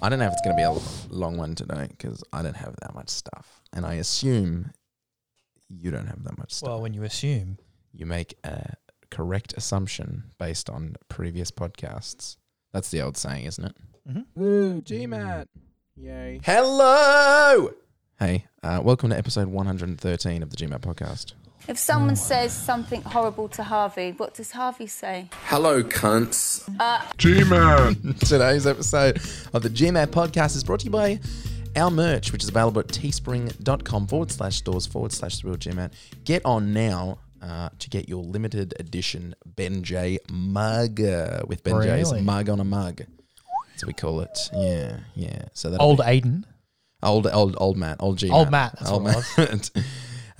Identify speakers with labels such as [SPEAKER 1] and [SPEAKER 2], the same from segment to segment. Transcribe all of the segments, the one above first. [SPEAKER 1] I don't know if it's going to be a l- long one today because I don't have that much stuff, and I assume you don't have that much stuff.
[SPEAKER 2] Well, when you assume,
[SPEAKER 1] you make a correct assumption based on previous podcasts. That's the old saying, isn't it?
[SPEAKER 2] Mhm.
[SPEAKER 1] Woo, GMAT.
[SPEAKER 3] Yay.
[SPEAKER 1] Hello. Hey, uh, welcome to episode 113 of the GMAT podcast.
[SPEAKER 4] If someone says something horrible to Harvey, what does Harvey say?
[SPEAKER 5] Hello, cunts.
[SPEAKER 1] Today's episode of the GMAT podcast is brought to you by our merch, which is available at teespring.com forward slash stores forward slash the real GMAT. Get on now uh, to get your limited edition Ben J mug uh, with Ben J's
[SPEAKER 2] Really?
[SPEAKER 1] mug on a mug. That's what we call it. Yeah, yeah. So that
[SPEAKER 2] old Aiden,
[SPEAKER 1] old old old Matt, old G,
[SPEAKER 2] Old Matt, that's
[SPEAKER 1] old
[SPEAKER 2] what it
[SPEAKER 1] Matt.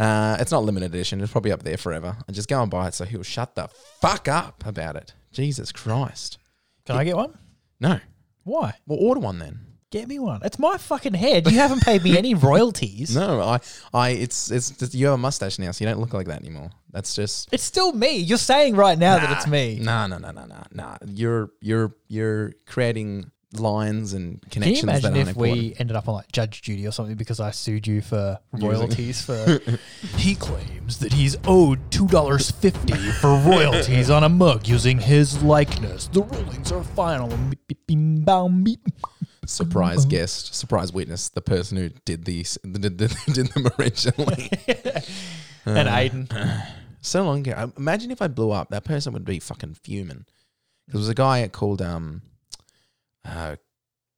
[SPEAKER 1] uh, it's not limited edition. It's probably up there forever. And just go and buy it so he'll shut the fuck up about it. Jesus Christ.
[SPEAKER 2] can I get one?
[SPEAKER 1] No.
[SPEAKER 2] Why?
[SPEAKER 1] Well, order one then.
[SPEAKER 2] Get me one. It's my fucking head. You haven't paid me any royalties.
[SPEAKER 1] No, I, I, it's, it's, just- you have a mustache now, so you don't look like that anymore. That's just,
[SPEAKER 2] It's still me. You're saying right now that it's me.
[SPEAKER 1] no, no, no, no, no, no. You're, you're, you're creating lines and
[SPEAKER 2] Can you
[SPEAKER 1] connections that
[SPEAKER 2] imagine
[SPEAKER 1] aren't
[SPEAKER 2] if
[SPEAKER 1] important.
[SPEAKER 2] we ended up on like Judge Judy or something because I sued you for royalties for? he claims that he's owed two dollars fifty for royalties on a mug using his likeness. The rulings are final. Beep, beep, beep, bow, beep.
[SPEAKER 1] surprise guest, surprise witness, the person who did the, did the, did the originally.
[SPEAKER 2] And Aiden,
[SPEAKER 1] so long ago. I- Imagine if I blew up, that person would be fucking fuming. Because there was a guy called um, uh,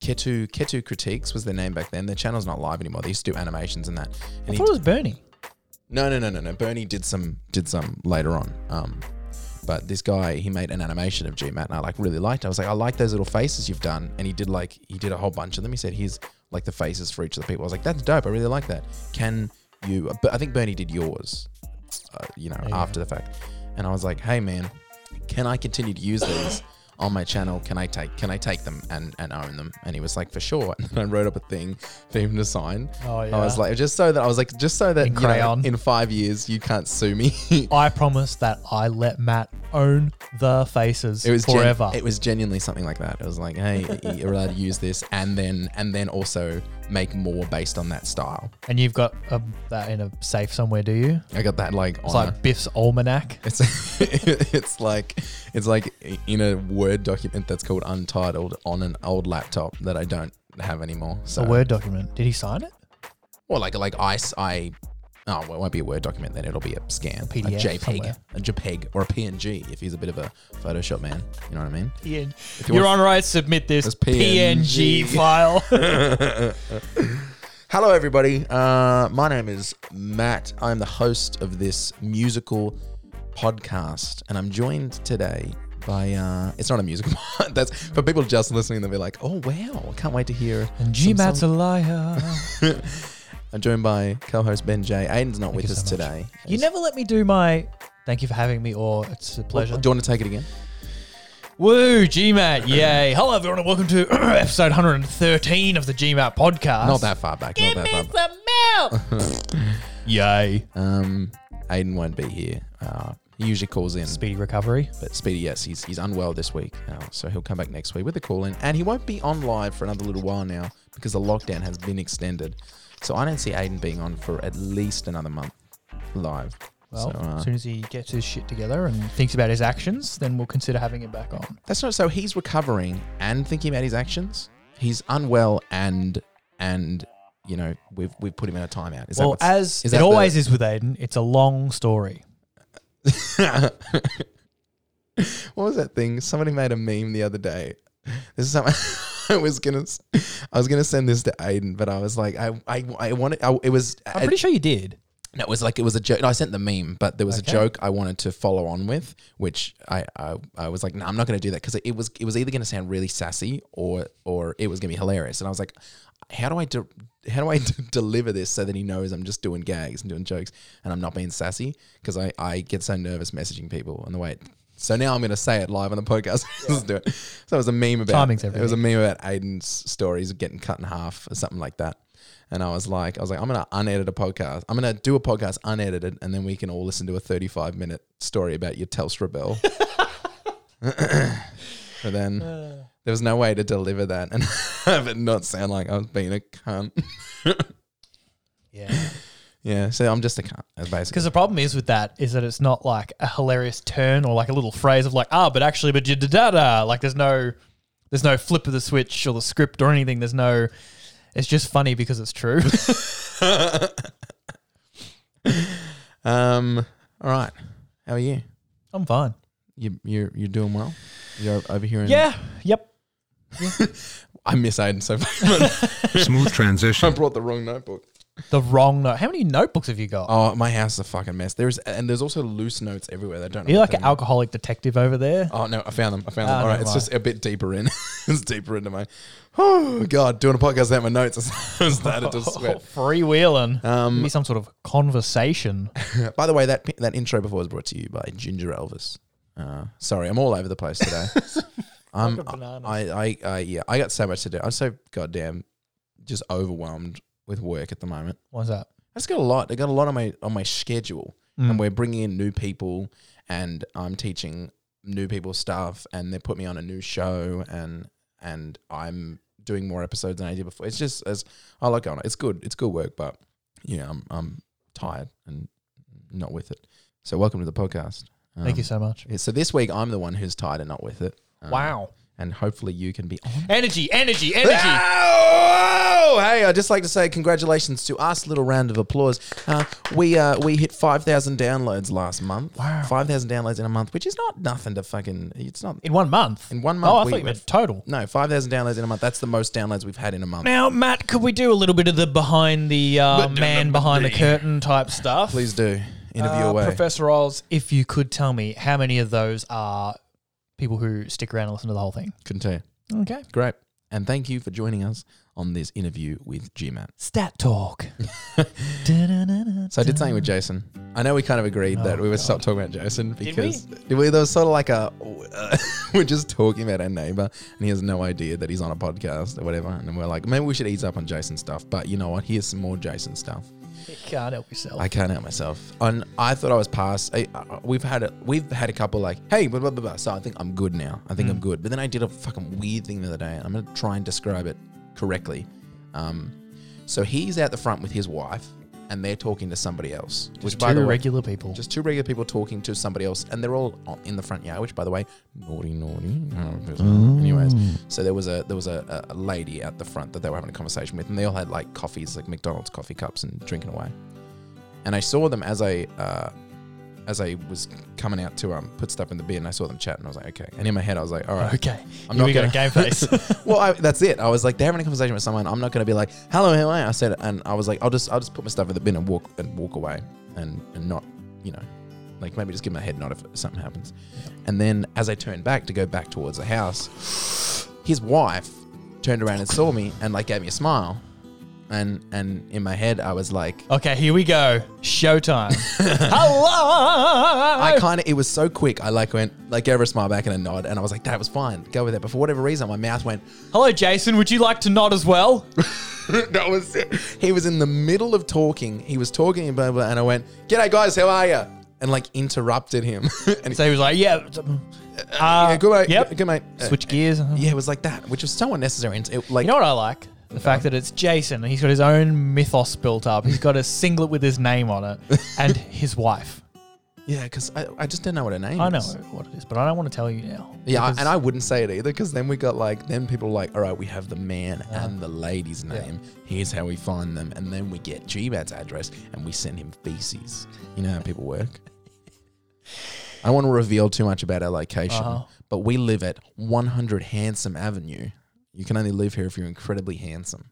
[SPEAKER 1] Ketu Ketu Critiques was their name back then. Their channel's not live anymore. They used to do animations and that.
[SPEAKER 2] I
[SPEAKER 1] And he,
[SPEAKER 2] thought it was Bernie.
[SPEAKER 1] no, no, no, no, no. Bernie did some did some later on. Um, but this guy he made an animation of GMAT, and I like really liked. it. I was like, I like those little faces you've done, and he did like he did a whole bunch of them. He said here's like the faces for each of the people. I was like, that's dope. I really like that. Can you? But I think Bernie did yours, uh, you know, after the fact. And I was like, hey man, can I continue to use these? On my channel, can I take can I take them and, and own them? And he was like, for sure. And I wrote up a thing for him to sign.
[SPEAKER 2] Oh,
[SPEAKER 1] I was
[SPEAKER 2] yeah.
[SPEAKER 1] like, just so that I was like, just so that
[SPEAKER 2] In
[SPEAKER 1] you know,
[SPEAKER 2] crayon.
[SPEAKER 1] in five years you can't sue me. it
[SPEAKER 2] I promise that I let Matt own the faces
[SPEAKER 1] was gen-
[SPEAKER 2] forever.
[SPEAKER 1] it was genuinely something like that. It was like, hey, you're allowed to use this, and then and then also make more based on that style.
[SPEAKER 2] and you've got um, that in a safe somewhere, do you?
[SPEAKER 1] I got that like
[SPEAKER 2] It's
[SPEAKER 1] on. a-
[SPEAKER 2] like Biff's almanac.
[SPEAKER 1] it's it's like it's like in a word document that's called untitled on an old laptop that I don't have anymore. So
[SPEAKER 2] A Word document. Did he sign it?
[SPEAKER 1] Well, like like I s- I- Oh, well, it won't be a Word document then. It'll be a scan, a,
[SPEAKER 2] PDF
[SPEAKER 1] JPEG,
[SPEAKER 2] somewhere.
[SPEAKER 1] a JPEG, or a PNG if he's a bit of a Photoshop man. You know what I mean?
[SPEAKER 2] PNG. Your Honor, I submit this
[SPEAKER 1] It's PNG.
[SPEAKER 2] PNG file.
[SPEAKER 1] Hello, everybody. Uh, my name is Matt. I'm the host of this musical podcast, and I'm joined today by. Uh, it's not a musical. pod- That's for people just listening. They'll be like, "Oh wow, I can't wait to hear."
[SPEAKER 2] and
[SPEAKER 1] some
[SPEAKER 2] GMAT's a
[SPEAKER 1] song."
[SPEAKER 2] liar.
[SPEAKER 1] I'm joined by co-host Ben J. Aiden's not with
[SPEAKER 2] you
[SPEAKER 1] us
[SPEAKER 2] so much.
[SPEAKER 1] today.
[SPEAKER 2] you never let me do my thank you for having me or it's a pleasure.
[SPEAKER 1] Do you want to take it again?
[SPEAKER 2] Woo, GMAT. Yay. Hello, everyone, and welcome to episode 113 of the GMAT podcast.
[SPEAKER 1] Not that far back. not that far back.
[SPEAKER 2] Yay.
[SPEAKER 1] Um, Aiden won't be here. Uh, he usually calls in,
[SPEAKER 2] Speedy recovery.
[SPEAKER 1] but Speedy, yes, he's, he's unwell this week, uh, so he'll come back next week with a call in, and he won't be on live for another little while now because the lockdown has been extended. So I don't see Aiden being on for at least another month live.
[SPEAKER 2] Well,
[SPEAKER 1] so,
[SPEAKER 2] as
[SPEAKER 1] uh,
[SPEAKER 2] soon as he gets his shit together and thinks about his actions, then we'll consider having it back on.
[SPEAKER 1] that's not so. He's recovering and thinking about his actions. He's unwell and and you know we've we've put him in a timeout. Is
[SPEAKER 2] well,
[SPEAKER 1] that what's- is
[SPEAKER 2] as it
[SPEAKER 1] that
[SPEAKER 2] always
[SPEAKER 1] the-
[SPEAKER 2] is with Aiden, it's a long story.
[SPEAKER 1] what was that thing? Somebody made a meme the other day. This is something I was gonna, I was gonna send this to Aiden, but I was like, I, I, I wanted. I, it was,
[SPEAKER 2] I'm pretty sure you did.
[SPEAKER 1] no, it was like it was a joke. No, I sent the meme, but there was
[SPEAKER 2] Okay.
[SPEAKER 1] a joke I wanted to follow on with, which I, I, I was like, no, I'm not gonna do that because it, it was, it was either gonna sound really sassy or, or it was gonna be hilarious, and I was like, how do I do? How do I deliver this so that he knows I'm just doing gags and doing jokes and I'm not being sassy? Because I, I get so nervous messaging people and the way it so now I'm going to say it live on the podcast. Let's do it. So it was a meme about
[SPEAKER 2] Timing's
[SPEAKER 1] it was a meme about Aiden's stories getting cut in half or something like that. And I was like, I was like, I'm going to unedit a podcast. I'm going to do a podcast unedited, and then we can all listen to a 35 minute story about your Telstra bill. But then there was no way to deliver that and have it not sound like I was being a cunt.
[SPEAKER 2] Yeah.
[SPEAKER 1] Yeah, so I'm just a cunt, uh, basically.
[SPEAKER 2] Because the problem is with that is that it's not like a hilarious turn or like a little phrase of like ah, but actually, but da da da. Like there's no, there's no flip of the switch or the script or anything. There's no. It's just funny because it's true.
[SPEAKER 1] Um, all right, how are you?
[SPEAKER 2] I'm fine.
[SPEAKER 1] You you're you're doing well. You're over here. In,
[SPEAKER 2] Yeah. Yep.
[SPEAKER 1] I miss Aiden so much.
[SPEAKER 3] Smooth
[SPEAKER 1] I
[SPEAKER 3] transition.
[SPEAKER 1] brought the wrong notebook.
[SPEAKER 2] The wrong note. How many notebooks have you got?
[SPEAKER 1] Oh, my house is a fucking mess. There's and there's also loose notes everywhere. They don't. know
[SPEAKER 2] You're
[SPEAKER 1] what
[SPEAKER 2] like
[SPEAKER 1] they
[SPEAKER 2] an
[SPEAKER 1] mean.
[SPEAKER 2] alcoholic detective over there.
[SPEAKER 1] Oh no, I found them. I found them.
[SPEAKER 2] Ah,
[SPEAKER 1] All right,
[SPEAKER 2] don't
[SPEAKER 1] it's
[SPEAKER 2] lie.
[SPEAKER 1] just a bit deeper in. it's deeper into my. Oh god, doing a podcast without my notes. I started to sweat.
[SPEAKER 2] freewheeling. Um, Be some sort of conversation.
[SPEAKER 1] By the way, that that intro before was brought to you by Ginger Elvis. Uh, sorry, I'm all over the place today. I'm,
[SPEAKER 2] Like a banana.
[SPEAKER 1] um, I, I, I, yeah, I got so much to do. I'm so goddamn just overwhelmed with work at the moment.
[SPEAKER 2] What's that?
[SPEAKER 1] I just got a lot. I got a lot on my on my schedule,
[SPEAKER 2] Mm.
[SPEAKER 1] and we're bringing in new people, and I'm teaching new people stuff, and they put me on a new show, and and I'm doing more episodes than I did before. It's just as I like on it. It's good. It's good work, but you know, I'm I'm tired and not with it. So welcome to the podcast. Um,
[SPEAKER 2] Thank you so much.
[SPEAKER 1] So this week I'm the one who's tired and not with it. Um,
[SPEAKER 2] Wow.
[SPEAKER 1] And hopefully you can be on
[SPEAKER 2] Energy, energy, energy.
[SPEAKER 1] Oh, hey, I'd just like to say congratulations to us. Little round of applause. Uh, we uh, we hit 5,000 downloads last month. Wow. 5,000 downloads in a month, which is not nothing to fucking. It's not.
[SPEAKER 2] In one month.
[SPEAKER 1] In one
[SPEAKER 2] Oh, I
[SPEAKER 1] month,
[SPEAKER 2] thought
[SPEAKER 1] we-
[SPEAKER 2] you meant total.
[SPEAKER 1] No, 5,000 downloads in a month. That's the most downloads we've had in a month.
[SPEAKER 2] Now, Matt, could we do a little bit of the behind the uh, man behind the curtain type stuff?
[SPEAKER 1] Please do. Interview
[SPEAKER 2] Uh,
[SPEAKER 1] away.
[SPEAKER 2] Professor Oz, if you could tell me how many of those are people who stick around and listen to the whole thing.
[SPEAKER 1] Couldn't tell you.
[SPEAKER 2] Okay.
[SPEAKER 1] Great. And thank you for joining us on this interview with GMAT.
[SPEAKER 2] Stat talk. Da-da-da-da.
[SPEAKER 1] So I did something with Jason. I know we kind of agreed that we would stop talking about Jason
[SPEAKER 2] we?
[SPEAKER 1] because did we? there was sort of like a we're just talking about our neighbor and he has no idea that he's on a podcast or whatever. And then we're like, maybe we should ease up on Jason stuff. But you know what? Here's some more Jason stuff.
[SPEAKER 2] You Can't help yourself.
[SPEAKER 1] I can't help myself. And I thought I was past. I, uh, we've had a we've had a couple like, hey, blah blah blah. blah. So I think I'm good now. I think
[SPEAKER 2] Mm.
[SPEAKER 1] I'm good. But then I did a fucking weird thing the other day, and I'm gonna try and describe it correctly. Um, so he's out the front with his wife, and they're talking to somebody else. which by
[SPEAKER 2] Two
[SPEAKER 1] the way,
[SPEAKER 2] regular people.
[SPEAKER 1] just two regular people talking to somebody else, and they're all on- in the front yard. Which, by the way, naughty, naughty. Oh, Anyways,
[SPEAKER 2] Mm.
[SPEAKER 1] so there was a there was a, a a lady at the front that they were having a conversation with, and they all had like coffees, like McDonald's coffee cups, and drinking away. And I saw them as I uh, as I was coming out to um put stuff in the bin. I saw them chatting. I was like, okay. And in my head, I was like, all right,
[SPEAKER 2] okay.
[SPEAKER 1] I'm
[SPEAKER 2] Here
[SPEAKER 1] not
[SPEAKER 2] we
[SPEAKER 1] gonna-
[SPEAKER 2] got game face.
[SPEAKER 1] well, I, that's it. I was like, they're having a conversation with someone. I'm not going to be like, hello, how are you? I said, and I was like, I'll just, I'll just put my stuff in the bin and walk and walk away, and and not, you know, like maybe just give my head nod if something happens. And then as I turned back to go back towards the house, his wife turned around and saw me and like gave me a smile, and and in my head I was like,
[SPEAKER 2] okay, here we go. Showtime. Hello.
[SPEAKER 1] I kind of it was so quick. I like went like gave her a smile back and a nod, and I was like, that was fine, go with it. But for whatever reason, my mouth went.
[SPEAKER 2] Hello, Jason. Would you like to nod as well?
[SPEAKER 1] that was it. He was in the middle of talking. He was talking and blah blah, and I went, "G'day guys, how are you?" And like interrupted him. and
[SPEAKER 2] So he was like, yeah.
[SPEAKER 1] yeah,
[SPEAKER 2] Uh,
[SPEAKER 1] good mate.
[SPEAKER 2] Yep.
[SPEAKER 1] Good mate. Uh,
[SPEAKER 2] Switch gears.
[SPEAKER 1] yeah, it was like that, which was so unnecessary. And it, like,
[SPEAKER 2] You know what I like? The fact that it's Jason. and He's got his own mythos built up. He's got a singlet with his name on it and his wife.
[SPEAKER 1] yeah, because I, I just don't know what her name
[SPEAKER 2] I know
[SPEAKER 1] is.
[SPEAKER 2] what it is, but I don't want to tell you now.
[SPEAKER 1] Yeah,
[SPEAKER 2] because-
[SPEAKER 1] and I wouldn't say it either because then we got like, then people were like, all right, we have the man
[SPEAKER 2] Uh-huh.
[SPEAKER 1] and the lady's name. Here's how we find them. And then we get GBAT's address and we send him feces. You know how people work? I don't want to reveal too much about our location,
[SPEAKER 2] Uh-huh.
[SPEAKER 1] but we live at 100 Handsome Avenue. You can only live here if you're incredibly handsome.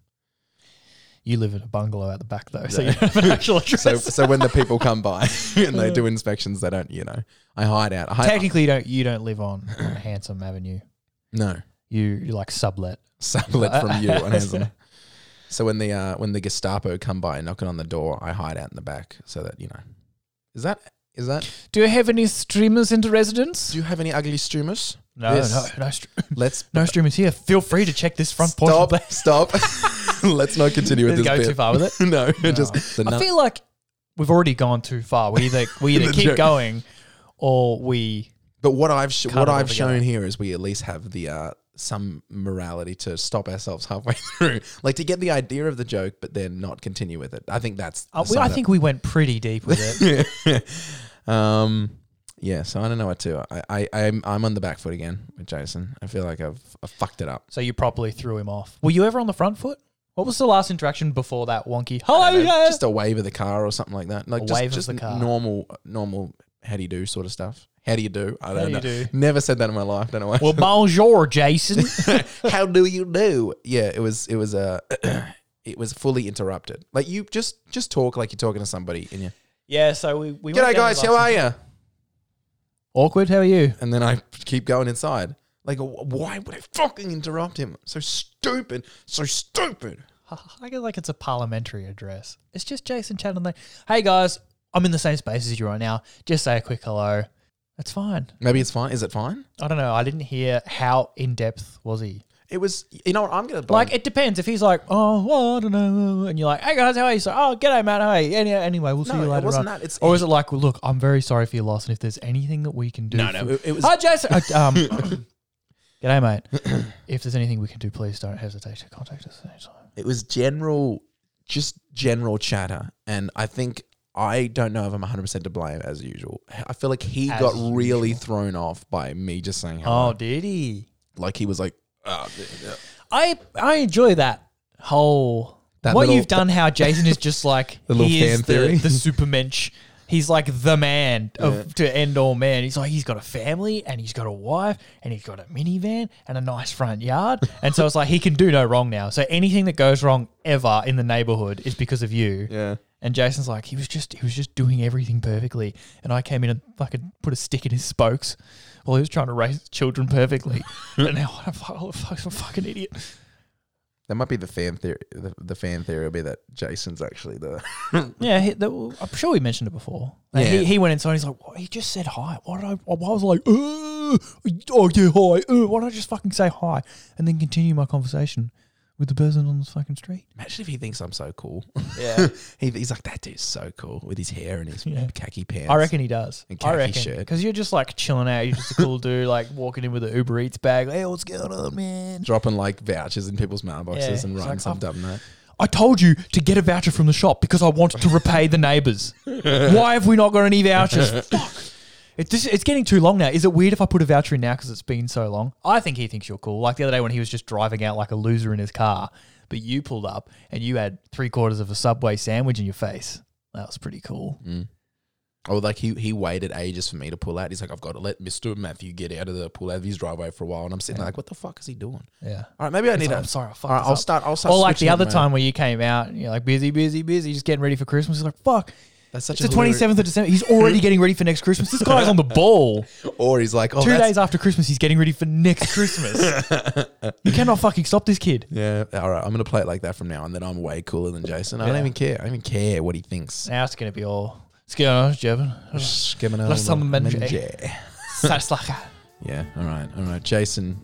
[SPEAKER 2] you live in a bungalow out the back though, so you don't have an actual address.
[SPEAKER 1] So, so when the people come by and they do inspections, they don't, you know, I hide out. I hide,
[SPEAKER 2] Technically, you don't you don't live on, on Handsome Avenue.
[SPEAKER 1] no.
[SPEAKER 2] You you like sublet.
[SPEAKER 1] sublet from you on Amazon. So when the uh, when the Gestapo come by knocking on the door, I hide out in the back so that you know. Is that is that?
[SPEAKER 2] Do you have any streamers into residence?
[SPEAKER 1] Do you have any ugly streamers?
[SPEAKER 2] No,
[SPEAKER 1] Yes.
[SPEAKER 2] no, no, str-
[SPEAKER 1] Let's
[SPEAKER 2] no streamers here. Feel free to check this front porch.
[SPEAKER 1] stop stop. Let's not continue with
[SPEAKER 2] Didn't
[SPEAKER 1] this.
[SPEAKER 2] go
[SPEAKER 1] bit.
[SPEAKER 2] too far with it.
[SPEAKER 1] no, just the
[SPEAKER 2] I
[SPEAKER 1] nut-
[SPEAKER 2] feel like we've already gone too far. We either we either
[SPEAKER 1] The
[SPEAKER 2] keep
[SPEAKER 1] joke.
[SPEAKER 2] going or we
[SPEAKER 1] But what I've sh-
[SPEAKER 2] Cut
[SPEAKER 1] what
[SPEAKER 2] it all
[SPEAKER 1] I've
[SPEAKER 2] together.
[SPEAKER 1] shown here is we at least have the uh, some morality to stop ourselves halfway through, like to get the idea of the joke, but then not continue with it. I think that's.
[SPEAKER 2] Uh,
[SPEAKER 1] the
[SPEAKER 2] we, I
[SPEAKER 1] side
[SPEAKER 2] think we went pretty deep with it.
[SPEAKER 1] that- um, yeah. So I don't know what to. I, I I'm I'm on the back foot again with Jason. I feel like I've, I've fucked it up.
[SPEAKER 2] so you properly threw him off. Were you ever on the front foot? What was the last interaction before that wonky? Hello,
[SPEAKER 1] You know,
[SPEAKER 2] yeah.
[SPEAKER 1] Just a wave of the car or something like that. Like
[SPEAKER 2] Eh. A
[SPEAKER 1] just,
[SPEAKER 2] wave of
[SPEAKER 1] just
[SPEAKER 2] the car.
[SPEAKER 1] normal normal how do you do sort of stuff. How do you do? I don't
[SPEAKER 2] do you
[SPEAKER 1] know.
[SPEAKER 2] do?
[SPEAKER 1] Never said that in my life. Don't know why.
[SPEAKER 2] well, bonjour, Jason.
[SPEAKER 1] how do you do? Yeah, it was it was uh, it was fully interrupted. Like you just just talk like you're talking to somebody and you
[SPEAKER 2] yeah, so we we.
[SPEAKER 1] G'day guys, how are you?
[SPEAKER 2] Awkward. How are you?
[SPEAKER 1] And then I keep going inside. Like wh- why would I fucking interrupt him? So stupid, so stupid.
[SPEAKER 2] I feel like it's a parliamentary address. It's just Jason chatting there. Hey guys, I'm in the same space as you right now. Just say a quick hello. That's fine.
[SPEAKER 1] Maybe it's fine. Is it fine?
[SPEAKER 2] I don't know. I didn't hear how in depth was he.
[SPEAKER 1] It was you know what I'm gonna blame-
[SPEAKER 2] Like it depends. If he's like, oh, well, I don't know, and you're like, hey guys, how are you? So, oh, g'day, man. Hey, any, anyway, we'll see
[SPEAKER 1] No,
[SPEAKER 2] you
[SPEAKER 1] it
[SPEAKER 2] later.
[SPEAKER 1] wasn't
[SPEAKER 2] on.
[SPEAKER 1] that. It's-
[SPEAKER 2] or is it like, well, look, I'm very sorry for your loss, and if there's anything that we can do,
[SPEAKER 1] No, no,
[SPEAKER 2] for-
[SPEAKER 1] it- it was-
[SPEAKER 2] Hi, Jason. Uh, um, g'day, mate. if there's anything we can do, please don't hesitate to contact us anytime.
[SPEAKER 1] It was general, just general chatter. And I think I don't know if I'm 100% to blame as usual. I feel like he
[SPEAKER 2] As
[SPEAKER 1] got really thrown off by me just saying hello.
[SPEAKER 2] Oh, did he?
[SPEAKER 1] Like he was like, "Ah,
[SPEAKER 2] I I enjoy that whole
[SPEAKER 1] That
[SPEAKER 2] what
[SPEAKER 1] little-
[SPEAKER 2] you've done. How Jason is just like
[SPEAKER 1] The little
[SPEAKER 2] he
[SPEAKER 1] fan
[SPEAKER 2] is
[SPEAKER 1] theory.
[SPEAKER 2] the, the supermensch. He's like the man of, to end all man. He's like he's got a family and he's got a wife and he's got a minivan and a nice front yard. And so it's like he can do no wrong now. So anything that goes wrong ever in the neighborhood is because of you.
[SPEAKER 1] yeah.
[SPEAKER 2] And Jason's like he was just he was just doing everything perfectly, and I came in and fucking put a stick in his spokes while he was trying to raise children perfectly. and now I'm like, oh, fuck, I'm a fucking idiot.
[SPEAKER 1] That might be the fan theory. The, the fan theory will be that Jason's actually the.
[SPEAKER 2] Yeah, he, that, I'm sure we mentioned it before. Like,
[SPEAKER 1] Yeah.
[SPEAKER 2] He, he went inside. He's like, "What? he just said hi. Why did I? Why was I like, uh, oh yeah, hi. Uh, why don't I just fucking say hi and then continue my conversation with the person on the fucking street?
[SPEAKER 1] Imagine if he thinks I'm so cool.
[SPEAKER 2] Yeah,
[SPEAKER 1] he, he's like, that dude's so cool with his hair and his
[SPEAKER 2] Yeah.
[SPEAKER 1] khaki pants.
[SPEAKER 2] I reckon he does.
[SPEAKER 1] And
[SPEAKER 2] I
[SPEAKER 1] khaki
[SPEAKER 2] reckon
[SPEAKER 1] shirt.
[SPEAKER 2] because you're just like chilling out. You're just a cool dude, like walking in with an Uber Eats bag. Hey, what's going on, man?
[SPEAKER 1] Dropping like vouchers in people's mailboxes
[SPEAKER 2] Yeah,
[SPEAKER 1] and
[SPEAKER 2] it's
[SPEAKER 1] writing
[SPEAKER 2] like,
[SPEAKER 1] some
[SPEAKER 2] "Oh,
[SPEAKER 1] dumb note.
[SPEAKER 2] I told you to get a voucher from the shop because I wanted to repay the neighbours. Why have we not got any vouchers? Fuck. It, this, it's getting too long now. Is it weird if I put a voucher in now because it's been so long? I think he thinks you're cool. Like the other day when he was just driving out like a loser in his car, but you pulled up and you had three quarters of a Subway sandwich in your face. That was pretty cool.
[SPEAKER 1] Oh, like he he waited ages for me to pull out. He's like, I've got to let Mister Matthew get out of the pull out of his driveway for a while, and I'm sitting there like, what the fuck is he doing?
[SPEAKER 2] Yeah.
[SPEAKER 1] All right, maybe I
[SPEAKER 2] It's
[SPEAKER 1] need.
[SPEAKER 2] like,
[SPEAKER 1] a-
[SPEAKER 2] I'm sorry, I fucked
[SPEAKER 1] All right,
[SPEAKER 2] this
[SPEAKER 1] I'll
[SPEAKER 2] up.
[SPEAKER 1] start. I'll start.
[SPEAKER 2] Or like
[SPEAKER 1] switching
[SPEAKER 2] the other
[SPEAKER 1] them
[SPEAKER 2] time
[SPEAKER 1] out.
[SPEAKER 2] where you came out and you're like busy, busy, busy, just getting ready for Christmas. He's like, fuck.
[SPEAKER 1] That's such
[SPEAKER 2] It's
[SPEAKER 1] a
[SPEAKER 2] the
[SPEAKER 1] hilarious-
[SPEAKER 2] 27th of December. He's already getting ready for next Christmas. This guy's on the ball.
[SPEAKER 1] Or he's like, oh,
[SPEAKER 2] Two
[SPEAKER 1] that's-
[SPEAKER 2] days after Christmas, he's getting ready for next Christmas. you cannot fucking stop this kid.
[SPEAKER 1] Yeah. All right, I'm gonna play it like that from now on. Then I'm way cooler than Jason. I don't
[SPEAKER 2] Yeah.
[SPEAKER 1] even care. I don't even care what he thinks.
[SPEAKER 2] Now it's going to be all. It's going on, Jevon.
[SPEAKER 1] Skimming
[SPEAKER 2] Let's
[SPEAKER 1] over
[SPEAKER 2] summon
[SPEAKER 1] the
[SPEAKER 2] Menjay.
[SPEAKER 1] Menjay.
[SPEAKER 2] Saslaka.
[SPEAKER 1] Yeah. All right. All right, Jason.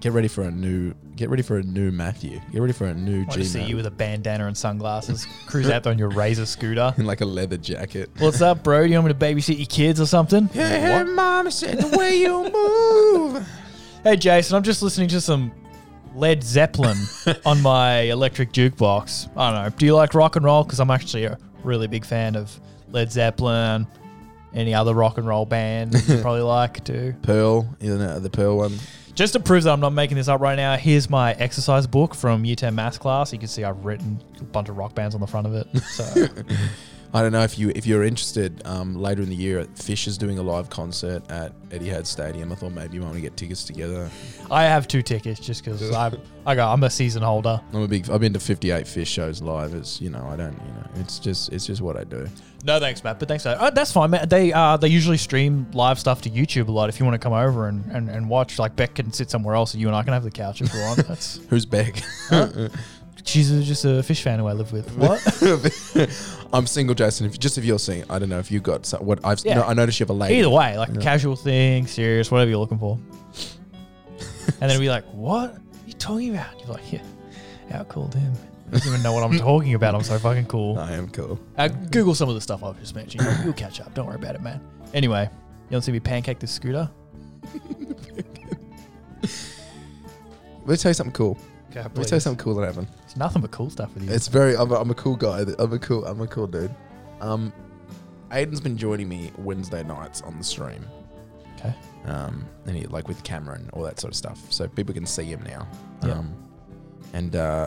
[SPEAKER 1] Get ready for a new. Get ready for a new Matthew. Get ready for a new
[SPEAKER 2] I just see you
[SPEAKER 1] G.
[SPEAKER 2] with a bandana and sunglasses, cruise out there on your Razor scooter.
[SPEAKER 1] In like a leather jacket.
[SPEAKER 2] What's up, bro? You want me to babysit your kids or something?
[SPEAKER 1] Hey, mom said the way you move.
[SPEAKER 2] Hey, Jason, I'm just listening to some Led Zeppelin on my electric jukebox. I don't know. Do you like rock and roll? Because I'm actually a really big fan of Led Zeppelin. Any other rock and roll band you probably like too.
[SPEAKER 1] Pearl, you know, the Pearl one.
[SPEAKER 2] Just to prove that I'm not making this up right now, here's my exercise book from Year 10 Maths class. You can see I've written a bunch of rock bands on the front of it. So
[SPEAKER 1] I don't know if you if you're interested. Um, later in the year, Fish is doing a live concert at Etihad Stadium. I thought maybe you might want to get tickets together.
[SPEAKER 2] I have two tickets just because I I go I'm a season holder.
[SPEAKER 1] I'm a big. I've been to 58 Fish shows live. It's you know I don't you know it's just it's just what I do.
[SPEAKER 2] No thanks, Matt. But thanks. Matt. Oh, that's fine. Matt. They uh, they usually stream live stuff to YouTube a lot. If you want to come over and, and, and watch, like Beck can sit somewhere else, and you and I can have the couch if we want. That's
[SPEAKER 1] Who's back?
[SPEAKER 2] she's a- just a fish fan who I live with. What?
[SPEAKER 1] I'm single, Jason. If just if you're seeing, I don't know if you got so, what I've.
[SPEAKER 2] Yeah.
[SPEAKER 1] No, I noticed you have a lady.
[SPEAKER 2] Either way, like casual thing, serious, whatever you're looking for. And then it'll be like, what are you talking about? You're like, yeah, how cool, damn. I don't even know what I'm talking about. I'm so fucking cool.
[SPEAKER 1] I am cool.
[SPEAKER 2] Uh, Google some of the stuff I've just mentioned. You'll, you'll catch up. Don't worry about it, man. Anyway, you want to see me pancake this scooter?
[SPEAKER 1] Let me tell you something cool.
[SPEAKER 2] Okay,
[SPEAKER 1] Let me tell you something cool that happened.
[SPEAKER 2] It's nothing but cool stuff with you.
[SPEAKER 1] It's very. I'm a, I'm a cool guy. I'm a cool. I'm a cool dude. Um, Aiden's been joining me Wednesday nights on the stream.
[SPEAKER 2] okay.
[SPEAKER 1] Um, and he like with camera and all that sort of stuff, so people can see him now.
[SPEAKER 2] Yeah.
[SPEAKER 1] Um, and uh,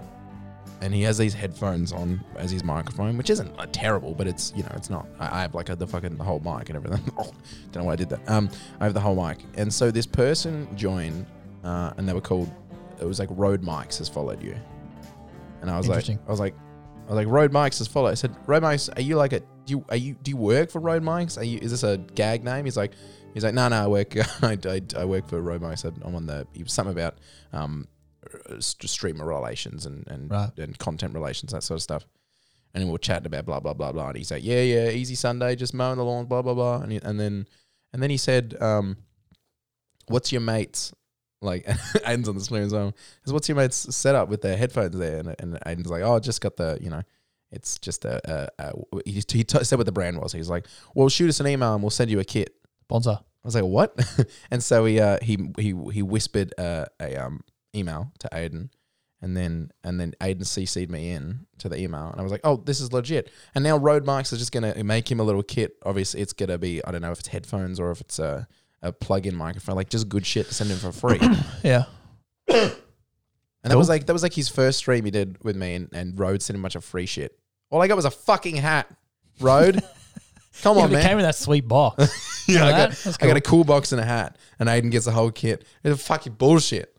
[SPEAKER 1] and he has these headphones on as his microphone, which isn't uh, terrible, but it's you know it's not. I, I have like a, the fucking whole mic and everything. oh, don't know why I did that. Um, I have the whole mic, and so this person joined, uh, and they were called. It was like Road Mics has followed you, and I was like,
[SPEAKER 2] Interesting.
[SPEAKER 1] I was like, I was like Road Mics has followed. I said, Road Mics, are you like a do you are you do you work for Road Mics? Are you is this a gag name? He's like, he's like, no, no, I work, I, I, I work for Road Mics. I- I'm on the it was something about um uh, st- streamer relations and and,
[SPEAKER 2] Right.
[SPEAKER 1] and content relations that sort of stuff. And then we we're chatting about blah blah blah blah. And he's like, yeah, yeah, easy Sunday, just mowing the lawn, blah blah blah. And he, and then and then he said, um, what's your mate's like Aiden's on the stream as well. Is what's your mate's setup with their headphones there? And, and Aiden's like, oh, just got the, you know, it's just a, a, a he, just- he t- said what the brand was. He's like, well, shoot us an email and we'll send you a kit. I
[SPEAKER 2] Bonza.
[SPEAKER 1] was like, what? and so he, uh, he, he, he whispered uh, a um, email to Aiden. And then and then Aiden CC'd me in to the email, and I was like, "Oh, this is legit." And now Road Marks is just gonna make him a little kit. Obviously, it's gonna be I don't know if it's headphones or if it's a, a plug-in microphone, like just good shit to send him for free.
[SPEAKER 2] Yeah.
[SPEAKER 1] And that
[SPEAKER 2] Cool.
[SPEAKER 1] was like that was like his first stream he did with me, and, and Road sent him a bunch of free shit. All I got was a fucking hat. Road, come
[SPEAKER 2] yeah
[SPEAKER 1] on,
[SPEAKER 2] but it
[SPEAKER 1] man.
[SPEAKER 2] came in that sweet box.
[SPEAKER 1] yeah, I
[SPEAKER 2] that?
[SPEAKER 1] got,
[SPEAKER 2] That's
[SPEAKER 1] I got
[SPEAKER 2] cool.
[SPEAKER 1] a cool box and a hat, and Aiden gets the whole kit. It's fucking bullshit.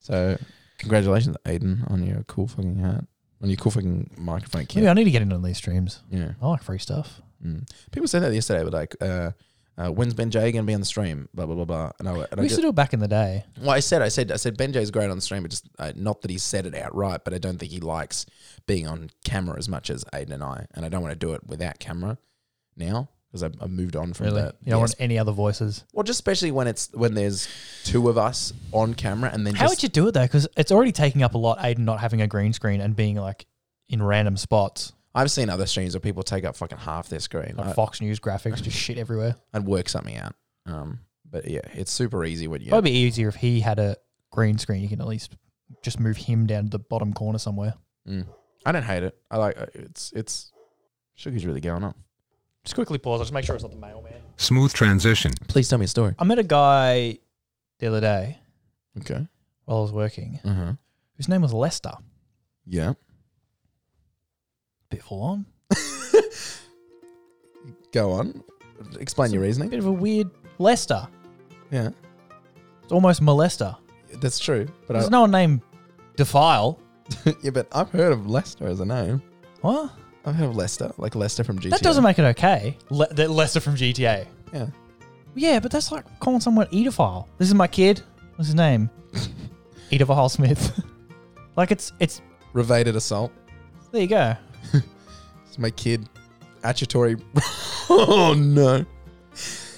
[SPEAKER 1] So, congratulations, Aiden, on your cool fucking hat, on your cool fucking microphone kit.
[SPEAKER 2] Maybe I need to get into these streams.
[SPEAKER 1] Yeah.
[SPEAKER 2] I like free stuff.
[SPEAKER 1] Mm. People said that yesterday, but like, uh, uh, when's Ben J gonna be on the stream? Blah blah blah blah. And I, and I
[SPEAKER 2] we used
[SPEAKER 1] just-
[SPEAKER 2] to do it back in the day.
[SPEAKER 1] Well, I said, I said, I said, Ben J's great on the stream, but just uh, not that he said it outright, but I don't think he likes being on camera as much as Aiden and I, and I don't want to do it without camera now because I've, I've moved on from
[SPEAKER 2] Really?
[SPEAKER 1] that.
[SPEAKER 2] You don't want any other voices.
[SPEAKER 1] well, just especially when it's when there's two of us on camera, and then
[SPEAKER 2] How
[SPEAKER 1] just,
[SPEAKER 2] would you do it though? Because it's already taking up a lot. Aiden not having a green screen and being like in random spots,
[SPEAKER 1] I've seen other streams where people take up fucking half their screen.
[SPEAKER 2] like
[SPEAKER 1] I,
[SPEAKER 2] Fox News graphics, just shit everywhere.
[SPEAKER 1] I'd work something out, um, but yeah, it's super easy when you.
[SPEAKER 2] It'd be easier if he had a green screen. You can at least just move him down to the bottom corner somewhere.
[SPEAKER 1] Mm. I don't hate it. I like uh, it's it's. Sugar's really going up.
[SPEAKER 2] Just quickly pause. I'll just make sure it's not the mailman.
[SPEAKER 3] Smooth transition.
[SPEAKER 1] Please tell me a story.
[SPEAKER 2] I met a guy the other day
[SPEAKER 1] Okay.
[SPEAKER 2] while I was working
[SPEAKER 1] Uh huh.
[SPEAKER 2] whose name was Lester.
[SPEAKER 1] Yeah.
[SPEAKER 2] Bit full on.
[SPEAKER 1] Go on. Explain your reasoning.
[SPEAKER 2] Bit of a weird Lester.
[SPEAKER 1] Yeah,
[SPEAKER 2] It's almost molester.
[SPEAKER 1] that's true. But I,
[SPEAKER 2] There's no one named Defile.
[SPEAKER 1] yeah, but I've heard of Leicester as a name.
[SPEAKER 2] What?
[SPEAKER 1] I've heard of Leicester, like Leicester from GTA.
[SPEAKER 2] That doesn't make it okay. Le- that Lester from GTA.
[SPEAKER 1] Yeah.
[SPEAKER 2] Yeah, but that's like calling someone Edophile. This is my kid. What's his name? Edophile Smith. like it's it's
[SPEAKER 1] Revated assault.
[SPEAKER 2] there you go.
[SPEAKER 1] It's my kid. Achatory. oh no.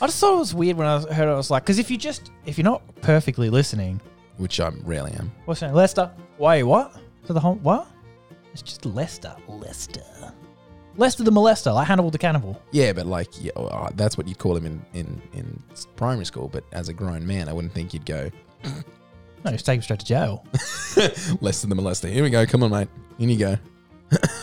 [SPEAKER 2] I just thought it was weird when I heard it. I was like, because if you just if you're not perfectly listening,
[SPEAKER 1] Which I rarely am.
[SPEAKER 2] what's his name? Lester. Wait, what? To the whole what? It's just Lester. Lester. Lester the molester, like Hannibal the cannibal.
[SPEAKER 1] Yeah, but like, yeah, well, uh, that's what you'd call him in in in s- primary school. But as a grown man, I wouldn't think you'd go
[SPEAKER 2] No, just take him straight to jail.
[SPEAKER 1] less than the molester. Here we go. Come on, mate. In you go.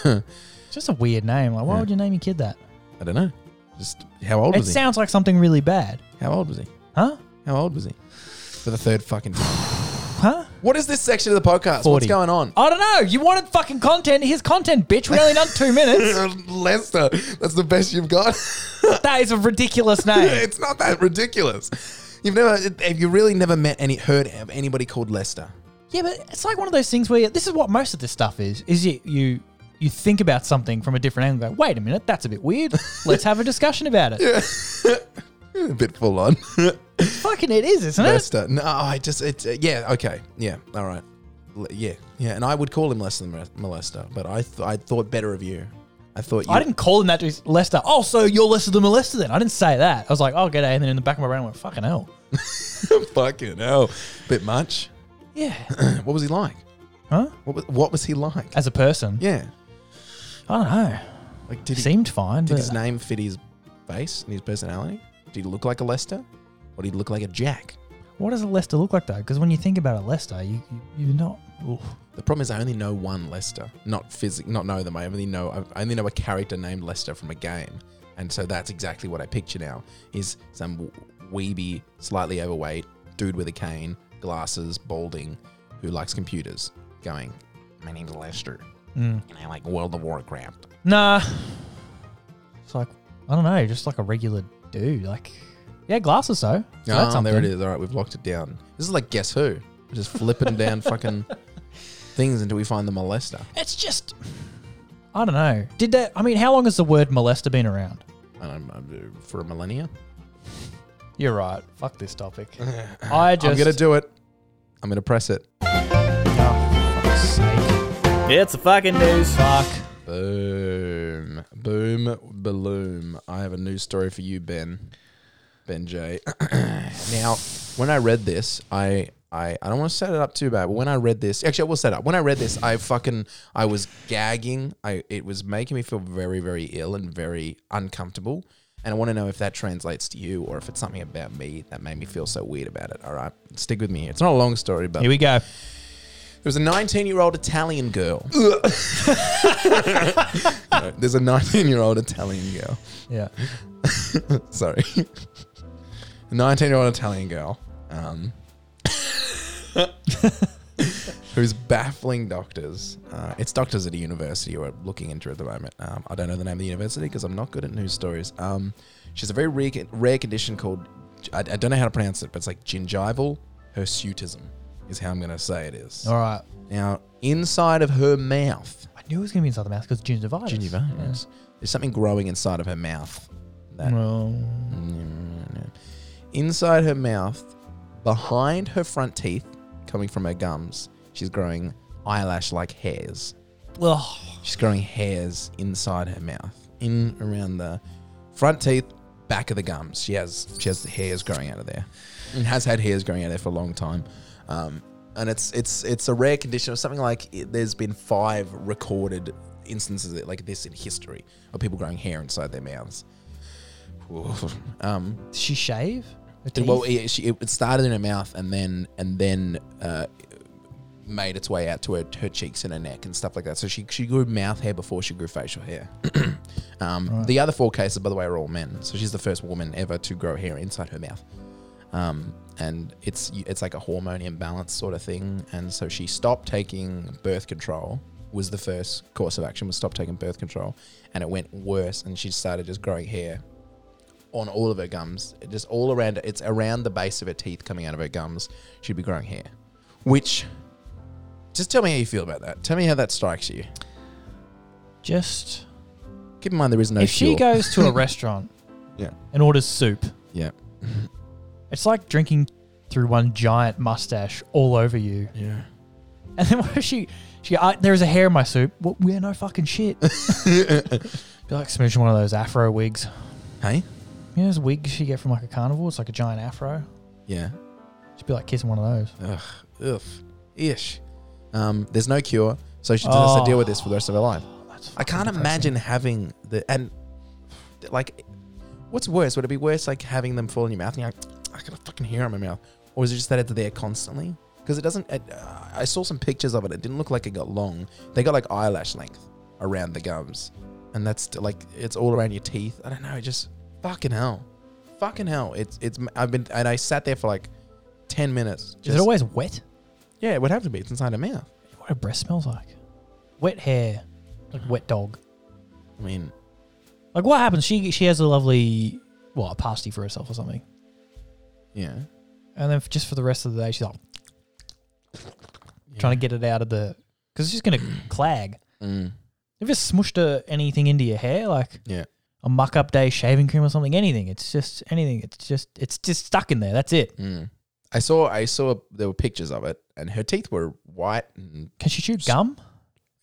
[SPEAKER 2] It's just a weird name. Like, why
[SPEAKER 1] Yeah.
[SPEAKER 2] would you name your kid that?
[SPEAKER 1] I don't know. Just how old
[SPEAKER 2] It
[SPEAKER 1] was he?
[SPEAKER 2] sounds like something really bad.
[SPEAKER 1] how old was he?
[SPEAKER 2] Huh?
[SPEAKER 1] How old was he? For the third fucking time.
[SPEAKER 2] Huh?
[SPEAKER 1] What is this section of the podcast?
[SPEAKER 2] 40.
[SPEAKER 1] What's going on?
[SPEAKER 2] I don't know. You wanted fucking content. Here's content, bitch. We only done two minutes.
[SPEAKER 1] Lester. That's the best you've got.
[SPEAKER 2] that is a ridiculous name.
[SPEAKER 1] it's not that ridiculous. You've never, have you really never met any, heard of anybody called Lester?
[SPEAKER 2] yeah, but it's like one of those things where this is what most of this stuff is. Is you you you think about something from a different angle. and Go, wait a minute, that's a bit weird. Let's have a discussion about it.
[SPEAKER 1] A bit full on.
[SPEAKER 2] Fucking it is, isn't it?
[SPEAKER 1] Lester. No, I just, it's, uh, yeah, okay. Yeah, all right. L- yeah, yeah. And I would call him Lester than Mer- Molester, but I, th- I thought better of you. I thought you.
[SPEAKER 2] I didn't call him that to Lester. Oh, so you're Lester the molester then? I didn't say that. I was like, oh, g'day. And then in the back of my brain, I went, fucking hell.
[SPEAKER 1] fucking hell. Bit much.
[SPEAKER 2] Yeah.
[SPEAKER 1] what was he like?
[SPEAKER 2] huh?
[SPEAKER 1] What was, what was he like?
[SPEAKER 2] As a person,
[SPEAKER 1] Yeah.
[SPEAKER 2] I don't know.
[SPEAKER 1] Like, did he,
[SPEAKER 2] Seemed fine.
[SPEAKER 1] Did
[SPEAKER 2] But
[SPEAKER 1] his name fit his face and his personality? Did he look like a Lester? Or did he look like a Jack?
[SPEAKER 2] What does a Leicester look like though? Because when you think about a Leicester, you, you you're not. oof.
[SPEAKER 1] The problem is I only know one Lester, not physic, not know them. I only know I only know a character named Lester from a game, and so that's exactly what I picture now: is some weeby, slightly overweight dude with a cane, glasses, balding, who likes computers, going, "My name's Lester,
[SPEAKER 2] Mm.
[SPEAKER 1] and I like World of Warcraft."
[SPEAKER 2] Nah. It's like I don't know, just like a regular dude. Like yeah, glasses though. So that's
[SPEAKER 1] Ah, there it
[SPEAKER 2] something.
[SPEAKER 1] is. All right, we've locked it down. This is like Guess Who, We're just flipping down fucking things until we find the molester.
[SPEAKER 2] It's just I don't know. Did that? I mean, how long has the word molester been around?
[SPEAKER 1] And I'm, uh, for a millennia,
[SPEAKER 2] You're right. Fuck this topic. I just.
[SPEAKER 1] I'm gonna do it. I'm gonna press it.
[SPEAKER 2] Oh, fuck's sake.
[SPEAKER 3] It's the fucking news.
[SPEAKER 2] Fuck.
[SPEAKER 1] Boom. Boom. Balloon. I have a news story for you, Ben. Ben J. now, when I read this, I. I, I don't want to set it up too bad, but when I read this, actually I will set it up. When I read this, I fucking I was gagging. I it was making me feel very very ill and very uncomfortable. And I want to know if that translates to you or if it's something about me that made me feel so weird about it. All right, stick with me here. It's not a long story, but
[SPEAKER 2] Here we go.
[SPEAKER 1] there was a 19 year old Italian girl. No, there's a 19 year old Italian girl.
[SPEAKER 2] Yeah.
[SPEAKER 1] Sorry. 19 year old Italian girl um, who's baffling doctors. Uh, it's doctors at a university who are looking into it at the moment. Um, I don't know the name of the university because I'm not good at news stories. Um, she has a very rare, rare condition called, I, I don't know how to pronounce it, but it's like gingival hirsutism, is how I'm going to say it is.
[SPEAKER 2] All right.
[SPEAKER 1] Now, inside of her mouth,
[SPEAKER 2] I knew it was gonna be inside the mouth because gingivitis.
[SPEAKER 1] gingivitis, there's something growing inside of her mouth. That
[SPEAKER 2] Well,
[SPEAKER 1] inside her mouth, behind her front teeth, coming from her gums, she's growing eyelash-like hairs.
[SPEAKER 2] well,
[SPEAKER 1] She's growing hairs inside her mouth, in around the front teeth, back of the gums. She has she has hairs growing out of there, and has had hairs growing out of there for a long time. Um, and it's it's it's a rare condition of something like it, there's been five recorded instances of it like this in history of people growing hair inside their mouths. um,
[SPEAKER 2] Does she shave? Her
[SPEAKER 1] it-
[SPEAKER 2] teeth?
[SPEAKER 1] Well, it, she, it started in her mouth and then and then uh, made its way out to her, her cheeks and her neck and stuff like that. So she she grew mouth hair before she grew facial hair. um, The other four cases, by the way, are all men. So she's the first woman ever to grow hair inside her mouth. Um, and it's it's like a hormone imbalance sort of thing. And so she stopped taking birth control. Was the first course of action was stop taking birth control, and it went worse. And she started just growing hair on all of her gums, just all around. It's around the base of her teeth coming out of her gums. She'd be growing hair, which just tell me how you feel about that. Tell me how that strikes you.
[SPEAKER 2] just
[SPEAKER 1] Keep in mind there is e- no
[SPEAKER 2] if she
[SPEAKER 1] cure.
[SPEAKER 2] goes to a restaurant
[SPEAKER 1] yeah,
[SPEAKER 2] and orders soup,
[SPEAKER 1] yeah,
[SPEAKER 2] it's like drinking through one giant mustache all over you.
[SPEAKER 1] yeah.
[SPEAKER 2] And then what if she she I, there's a hair in my soup? Well, yeah, no fucking shit. Be like smooching one of those afro wigs.
[SPEAKER 1] Hey,
[SPEAKER 2] You know those wigs you get from like a carnival? It's like a giant afro.
[SPEAKER 1] yeah.
[SPEAKER 2] Just be like kissing one of those.
[SPEAKER 1] Ugh, ugh, ish. Um, there's no cure, so she just has to deal with this for the rest of her life.
[SPEAKER 2] That's
[SPEAKER 1] I can't imagine having the and like, what's worse? Would it be worse like having them fall in your mouth and you're like, I got a fucking hair in my mouth, or is it just that it's there constantly? Because it doesn't. It, uh, I saw some pictures of it. It didn't look like it got long. They got like eyelash length around the gums, and that's t- like it's all around your teeth. I don't know. It just fucking hell, fucking hell. It's it's. I've been and I sat there for like ten minutes.
[SPEAKER 2] Is it always wet?
[SPEAKER 1] Yeah, it would have to be. It's inside a mouth.
[SPEAKER 2] What her breath smells like? Wet hair, like wet dog.
[SPEAKER 1] I mean,
[SPEAKER 2] Like what happens? She she has a lovely well a pasty for herself or something,
[SPEAKER 1] yeah.
[SPEAKER 2] and then for, just for the rest of the day she's like trying to get it out of the because it's just gonna clag.
[SPEAKER 1] Mm,
[SPEAKER 2] If it's smushed uh, anything into your hair, like
[SPEAKER 1] yeah.
[SPEAKER 2] a muck up day shaving cream or something, anything, it's just anything. It's just it's just stuck in there. That's it.
[SPEAKER 1] Mm. I saw I saw there were pictures of it, and her teeth were white. And
[SPEAKER 2] Can she chew gum?
[SPEAKER 1] I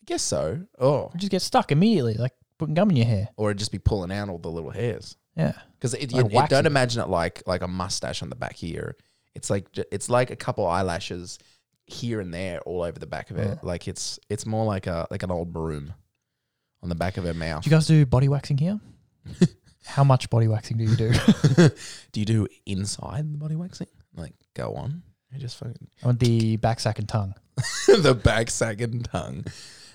[SPEAKER 1] guess so. Oh,
[SPEAKER 2] Or just get stuck immediately, like putting gum in your hair.
[SPEAKER 1] or it'd just be pulling out all the little hairs
[SPEAKER 2] Yeah.
[SPEAKER 1] because it,
[SPEAKER 2] Like
[SPEAKER 1] you, you
[SPEAKER 2] waxing
[SPEAKER 1] don't
[SPEAKER 2] it.
[SPEAKER 1] imagine it like like a mustache on the back here. It's like ju- it's like a couple eyelashes here and there all over the back of
[SPEAKER 2] Mm.
[SPEAKER 1] it. Like it's it's more like a like an old broom on the back of her mouth.
[SPEAKER 2] Do you guys do body waxing here? How much body waxing do you do?
[SPEAKER 1] do you do inside the body waxing? Like Go on. I just fucking
[SPEAKER 2] I want the back sack and tongue.
[SPEAKER 1] the back sack and tongue.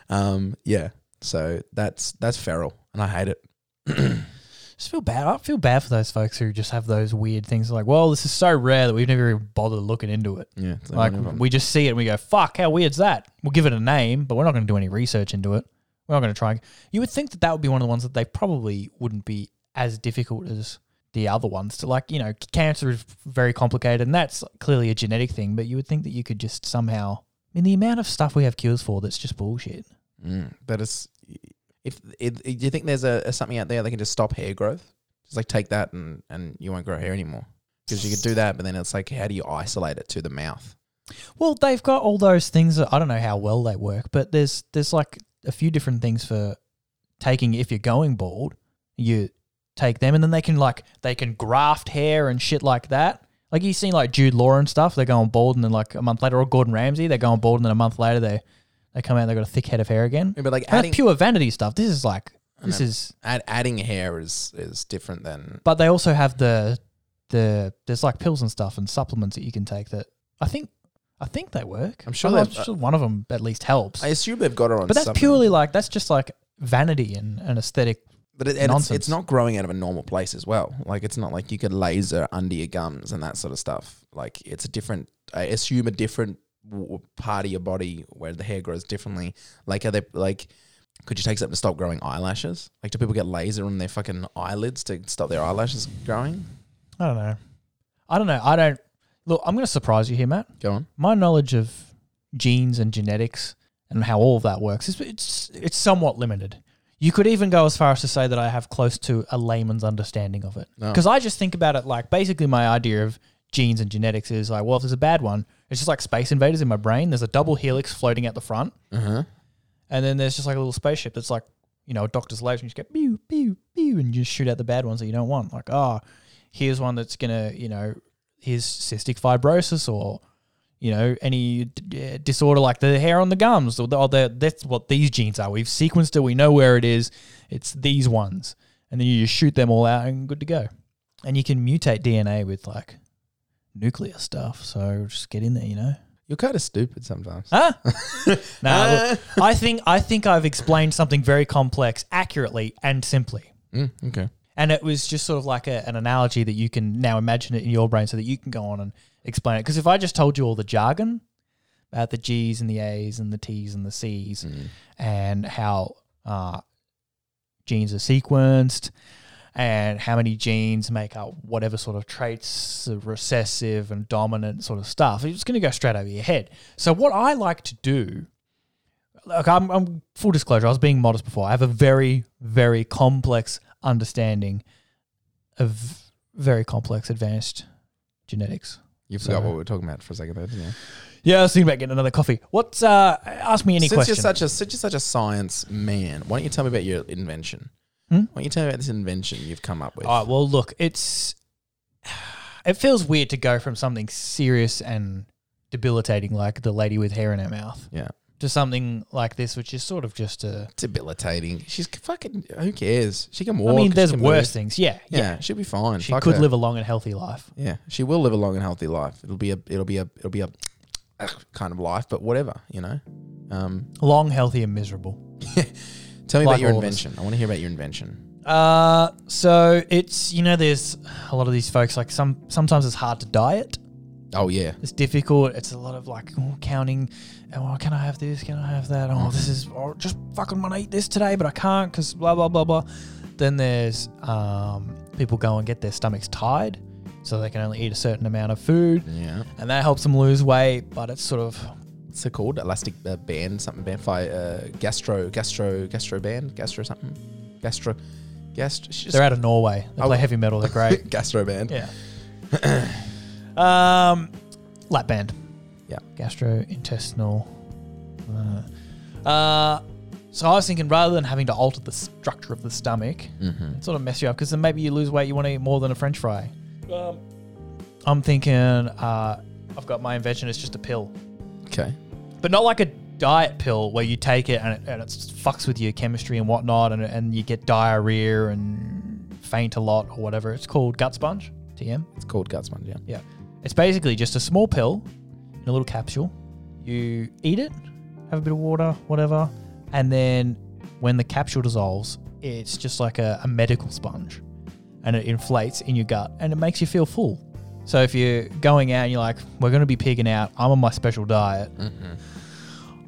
[SPEAKER 1] Um, yeah. So that's that's feral, and I hate it.
[SPEAKER 2] Just feel bad. I feel bad for those folks who just have those weird things like, well, this is so rare that we've never even bothered looking into it.
[SPEAKER 1] Yeah. it's
[SPEAKER 2] Like
[SPEAKER 1] one of 'em.
[SPEAKER 2] we just see it and we go, "Fuck, how weird's that?" We'll give it a name, but we're not going to do any research into it. We're not going to try. and- You would think that that would be one of the ones that they probably wouldn't be as difficult as the other ones. To like, you know, c- cancer is very complicated, and that's clearly a genetic thing. But you would think that you could just somehow. I mean, the amount of stuff we have cures for that's just bullshit.
[SPEAKER 1] Mm, but it's if it, do you think there's a, a something out there that can just stop hair growth? Just like take that and and you won't grow hair anymore because you could do that, but then it's like how do you isolate it to the mouth?
[SPEAKER 2] Well, they've got all those things. That, I don't know how well they work, but there's there's like a few different things for taking if you're going bald. You take them, and then they can like they can graft hair and shit like that. Like you've seen like Jude Law and stuff. They're going bald, and then like a month later, or Gordon Ramsay, they're going bald, and then a month later they they come out. They've got a thick head of hair again.
[SPEAKER 1] Yeah, But like
[SPEAKER 2] That's
[SPEAKER 1] adding
[SPEAKER 2] pure vanity stuff. This is like
[SPEAKER 1] I
[SPEAKER 2] this
[SPEAKER 1] know.
[SPEAKER 2] is.
[SPEAKER 1] add, adding hair is is different than
[SPEAKER 2] But they also have the the there's like pills and stuff and supplements that you can take that I think. I think they work.
[SPEAKER 1] I'm sure
[SPEAKER 2] I'm
[SPEAKER 1] they've- uh,
[SPEAKER 2] sure one of them at least helps.
[SPEAKER 1] I assume they've got it on.
[SPEAKER 2] But that's
[SPEAKER 1] something.
[SPEAKER 2] purely like that's just like vanity and an aesthetic.
[SPEAKER 1] But it, and it's,
[SPEAKER 2] nonsense.
[SPEAKER 1] it's not growing out of a normal place as well. Like it's not like you could laser under your gums and that sort of stuff. Like it's a different. I assume a different w- part of your body where the hair grows differently. Like are they like? Could you take something to stop growing eyelashes? Like do people get laser on their fucking eyelids to stop their eyelashes growing?
[SPEAKER 2] I don't know. I don't know. I don't look. I'm going to surprise you here, Matt.
[SPEAKER 1] Go on.
[SPEAKER 2] My knowledge of genes and genetics and how all of that works is it's it's somewhat limited. You could even go as far as to say that I have close to a layman's understanding of it
[SPEAKER 1] No.
[SPEAKER 2] because I just think about it like basically my idea of genes and genetics is like well if there's a bad one it's just like space invaders in my brain there's a double helix floating at the front
[SPEAKER 1] Uh huh.
[SPEAKER 2] And then there's just like a little spaceship that's like, you know, a doctor's laser, and you just go pew, pew, pew, and you just shoot out the bad ones that you don't want. Like, oh, here's one that's going to, you know, here's cystic fibrosis or, you know, any d- uh, disorder like the hair on the gums. Or the, or the, that's what these genes are. We've sequenced it, we know where it is. It's these ones. And then you just shoot them all out and good to go. And you can mutate DNA with like nuclear stuff. So just get in there, you know.
[SPEAKER 1] You're kind of stupid sometimes.
[SPEAKER 2] Huh? nah, look, I think I think I've explained something very complex accurately and simply.
[SPEAKER 1] Mm, okay.
[SPEAKER 2] And it was just sort of like a, an analogy that you can now imagine it in your brain so that you can go on and explain it. Because if I just told you all the jargon about the G's and the A's and the T's and the C's and how uh, genes are sequenced and how many genes make up whatever sort of traits, uh, recessive and dominant sort of stuff, it's going to go straight over your head. So, what I like to do look, I'm, I'm full disclosure. I was being modest before. I have a very, very complex understanding of very complex advanced genetics.
[SPEAKER 1] You forgot
[SPEAKER 2] So-
[SPEAKER 1] what we were talking about for a second there, didn't you?
[SPEAKER 2] Yeah, I was thinking about getting another coffee. What's uh? Ask me any
[SPEAKER 1] since
[SPEAKER 2] question.
[SPEAKER 1] you're such a since you're such a science man, why don't you tell me about your invention?
[SPEAKER 2] Hmm? Oh,
[SPEAKER 1] Why don't you tell me about this invention you've come up with?
[SPEAKER 2] All right. Well, look, it's it feels weird to go from something serious and debilitating like the lady with hair in her mouth
[SPEAKER 1] yeah.
[SPEAKER 2] to something like this, which is sort of just a.
[SPEAKER 1] debilitating. She's c- fucking. Who cares? She can
[SPEAKER 2] I
[SPEAKER 1] walk.
[SPEAKER 2] mean,
[SPEAKER 1] she
[SPEAKER 2] there's
[SPEAKER 1] can
[SPEAKER 2] worse
[SPEAKER 1] move.
[SPEAKER 2] things. Yeah,
[SPEAKER 1] Yeah,
[SPEAKER 2] yeah.
[SPEAKER 1] she'll be fine.
[SPEAKER 2] She
[SPEAKER 1] Fuck
[SPEAKER 2] could
[SPEAKER 1] her.
[SPEAKER 2] live a long and healthy life.
[SPEAKER 1] Yeah, she will live a long and healthy life. It'll be a. It'll be a. It'll be a kind of life, but whatever, you know. Um,
[SPEAKER 2] Long, healthy, and miserable.
[SPEAKER 1] tell me
[SPEAKER 2] Like
[SPEAKER 1] about your
[SPEAKER 2] all of us.
[SPEAKER 1] invention. I want to hear about your invention.
[SPEAKER 2] Uh, so it's you know there's a lot of these folks like some sometimes it's hard to diet.
[SPEAKER 1] Oh yeah,
[SPEAKER 2] It's difficult. It's a lot of like oh, counting. Oh, can I have this? Can I have that? Oh, this is oh, just fucking want to eat this today, but I can't because blah blah blah blah. Then there's um people go and get their stomachs tied, so they can only eat a certain amount of food,
[SPEAKER 1] yeah.
[SPEAKER 2] and that helps them lose weight. But it's sort of
[SPEAKER 1] What's it called? Elastic uh, band, something band, fi- uh, gastro, gastro, gastro band, gastro something, gastro, gastro. She's
[SPEAKER 2] they're out of Norway. They
[SPEAKER 1] Oh.
[SPEAKER 2] play heavy metal. They're great.
[SPEAKER 1] gastro band.
[SPEAKER 2] Yeah. um, lap band.
[SPEAKER 1] Yeah.
[SPEAKER 2] Gastrointestinal. Uh, uh, so I was thinking rather than having to alter the structure of the stomach,
[SPEAKER 1] Mm-hmm.
[SPEAKER 2] it sort of mess you up because then maybe you lose weight, you want to eat more than a French fry. Um, I'm thinking uh, I've got my invention. It's just a pill,
[SPEAKER 1] Okay.
[SPEAKER 2] but not like a diet pill where you take it and it, and it fucks with your chemistry and whatnot, and and you get diarrhea and faint a lot or whatever. It's called gut sponge. TM.
[SPEAKER 1] It's called guts one. Yeah.
[SPEAKER 2] Yeah. It's basically just a small pill in a little capsule. You eat it, have a bit of water, whatever, and then when the capsule dissolves, it's just like a, a medical sponge and it inflates in your gut and it makes you feel full. So if you're going out and you're like, we're going to be pigging out, I'm on my special diet.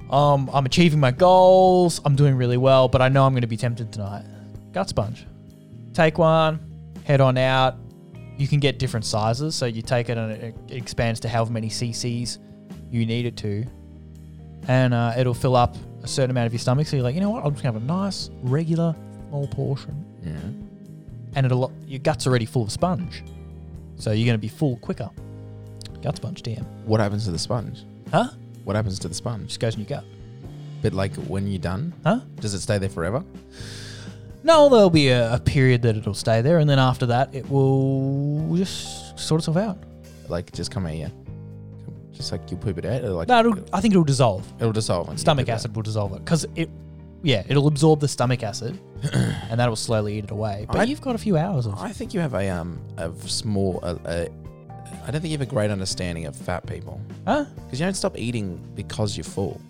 [SPEAKER 2] Um, I'm achieving my goals. I'm doing really well, but I know I'm going to be tempted tonight. Gut sponge. Take one, head on out. You can get different sizes. So you take it and it it expands to however many cc's you need it to. And uh, it'll fill up a certain amount of your stomach. So you're like, you know what? I'm just going to have a nice, regular, small portion
[SPEAKER 1] Yeah.
[SPEAKER 2] and it'll your gut's already full of sponge, so you're going to be full quicker. Gut sponge, damn.
[SPEAKER 1] What happens to the sponge?
[SPEAKER 2] Huh?
[SPEAKER 1] What happens to the sponge?
[SPEAKER 2] Just goes in your gut.
[SPEAKER 1] But like when you're done,
[SPEAKER 2] Huh?
[SPEAKER 1] does it stay there forever?
[SPEAKER 2] No, there'll be a, a period that it'll stay there, and then after that, it will just sort itself out.
[SPEAKER 1] Like just come out here, just like you poop it out, or like
[SPEAKER 2] No, it'll, I think it'll dissolve.
[SPEAKER 1] it'll dissolve. and you
[SPEAKER 2] Stomach
[SPEAKER 1] poop it out.
[SPEAKER 2] acid will dissolve it because it, yeah, it'll absorb the stomach acid, and that'll slowly eat it away. But
[SPEAKER 1] I-
[SPEAKER 2] you've got a few hours of.
[SPEAKER 1] I think you have a um a small a, a I don't think you have a great understanding of fat people
[SPEAKER 2] Huh?
[SPEAKER 1] because you don't stop eating because you're full.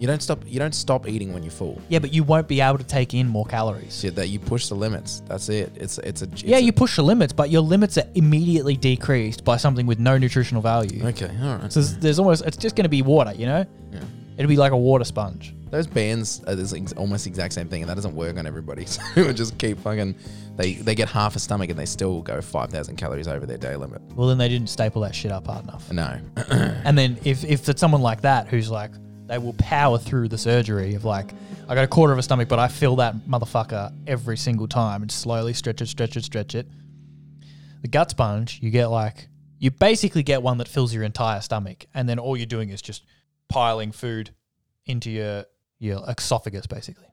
[SPEAKER 1] You don't stop. You don't stop eating when you're full.
[SPEAKER 2] Yeah, but you won't be able to take in more calories.
[SPEAKER 1] So that you push the limits. That's it. It's it's a it's
[SPEAKER 2] Yeah,
[SPEAKER 1] a-
[SPEAKER 2] you push the limits, but your limits are immediately decreased by something with no nutritional value.
[SPEAKER 1] Okay, all right.
[SPEAKER 2] So there's, there's almost it's just going to be water, you know.
[SPEAKER 1] Yeah.
[SPEAKER 2] It'll be like a water sponge.
[SPEAKER 1] Those bands are this ex- almost the exact same thing, and that doesn't work on everybody. So it just keep fucking. They they get half a stomach and they still go five thousand calories over their day limit.
[SPEAKER 2] Well, then they didn't staple that shit up hard enough.
[SPEAKER 1] No,
[SPEAKER 2] And then if if it's someone like that who's like they will power through the surgery of like I got a quarter of a stomach, but I fill that motherfucker every single time and slowly stretch it, stretch it, stretch it. The gut sponge, you get like you basically get one that fills your entire stomach, and then all you're doing is just piling food into your your esophagus, basically.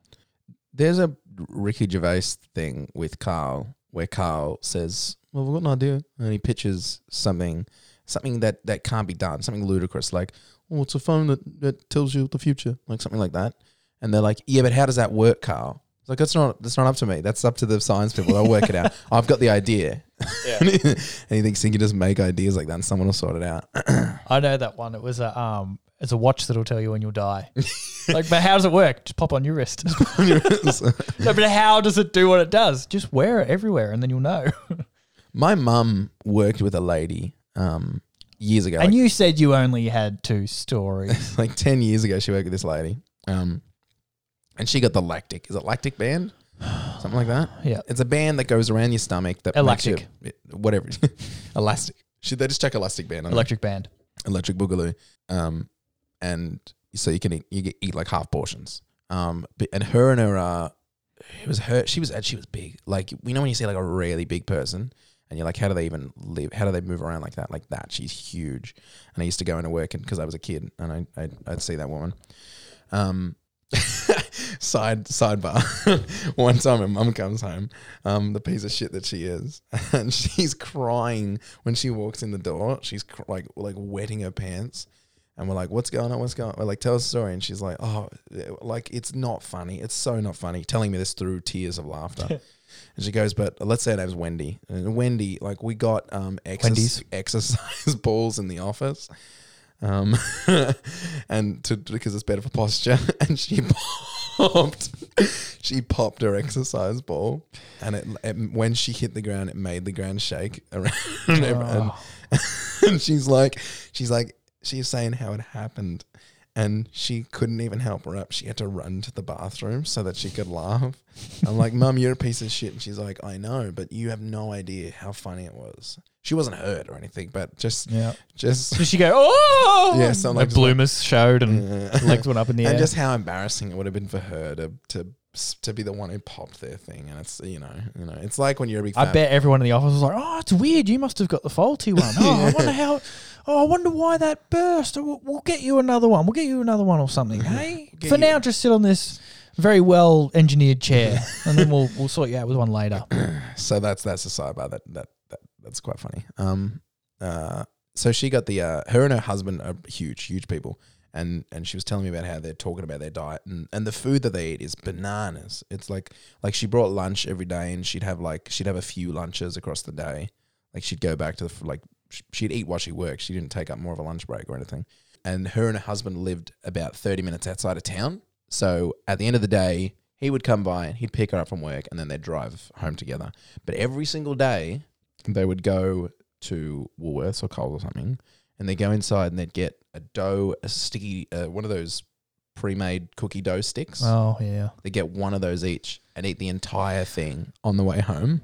[SPEAKER 1] there's a Ricky Gervais thing with Carl where Carl says, "Well, we've got an idea," and he pitches something, something that that can't be done, something ludicrous, like, "Oh, it's a phone that that tells you the future," like something like that. And they're like, "Yeah, but how does that work, Carl?" It's like that's not that's not up to me. That's up to the science people. They'll work it out. I've got the idea. and he thinks he can just make ideas like that, and someone will sort it out.
[SPEAKER 2] I know that one. It was a um, it's a watch that'll tell you when you'll die. like, but how does it work? Just pop on your wrist. no, but how does it do what it does? Just wear it everywhere, and then you'll know.
[SPEAKER 1] My mum worked with a lady um, years ago. like-
[SPEAKER 2] and you said you only had two stories.
[SPEAKER 1] like 10 years ago she worked with this lady um and she got the lactic is it lactic band something like that
[SPEAKER 2] Yeah.
[SPEAKER 1] it's a band that goes around your stomach that
[SPEAKER 2] Elastic.
[SPEAKER 1] makes you, whatever elastic should they just check elastic band on electric,
[SPEAKER 2] Electric band.
[SPEAKER 1] electric boogaloo um and so you can eat, you get, eat like half portions um but, and her and her uh it was her she was she was big like you know when you see like a really big person and you're like, how do they even live? How do they move around like that? Like that, she's huge. And I used to go into work, and because I was a kid, and I, I I'd see that woman. Um, side sidebar. One time, my mum comes home, um, the piece of shit that she is, and she's crying when she walks in the door. She's cr- like like wetting her pants. And we're like, what's going on? What's going on? We're like, tell us a story. And she's like, oh, like, it's not funny. It's so not funny. Telling me this through tears of laughter. And she goes, but let's say her name's Wendy. And Wendy, like we got um
[SPEAKER 2] Wendy's.
[SPEAKER 1] exercise, exercise balls in the office. Um and to because it's better for posture. And she popped she popped her exercise ball. And it, it when she hit the ground, it made the ground shake around and, and she's like she's like she's saying how it happened. And she couldn't even help her up. She had to run to the bathroom so that she could laugh. I'm like, Mum, you're a piece of shit. And she's like, I know, but you have no idea how funny it was. She wasn't hurt or anything, but just,
[SPEAKER 2] Yeah.
[SPEAKER 1] just,
[SPEAKER 2] So she go, oh,
[SPEAKER 1] Yeah, something like-
[SPEAKER 2] like bloomers showed and legs went up in the air.
[SPEAKER 1] and just how embarrassing it would have been for her to, to, to be the one who popped their thing. And it's, you know, you know, it's like when you're a big
[SPEAKER 2] I
[SPEAKER 1] fat-
[SPEAKER 2] bet everyone in the office was like, "Oh, it's weird. You must have got the faulty one. Oh, I wonder how. Oh, I wonder why that burst. Oh, We'll, we'll get you another one. We'll get you another one or something. Hey,
[SPEAKER 1] get
[SPEAKER 2] for
[SPEAKER 1] you-
[SPEAKER 2] now, just sit on this very well engineered chair, and then we'll we'll sort you out with one later.
[SPEAKER 1] so that's that's a sidebar that that, that that's quite funny. Um, uh, so she got the uh, her and her husband are huge, huge people, and and she was telling me about how they're talking about their diet and and the food that they eat is bananas. It's like like she brought lunch every day, and she'd have like she'd have a few lunches across the day. Like she'd go back to the, f- like sh- she'd eat while she worked. She didn't take up more of a lunch break or anything. And her and her husband lived about 30 minutes outside of town. So at the end of the day, he would come by and he'd pick her up from work and then they'd drive home together. But every single day, they would go to Woolworths or Coles or something and they'd go inside and they'd get a dough, a sticky, uh, one of those pre made cookie dough sticks.
[SPEAKER 2] Oh yeah.
[SPEAKER 1] They get one of those each and eat the entire thing on the way home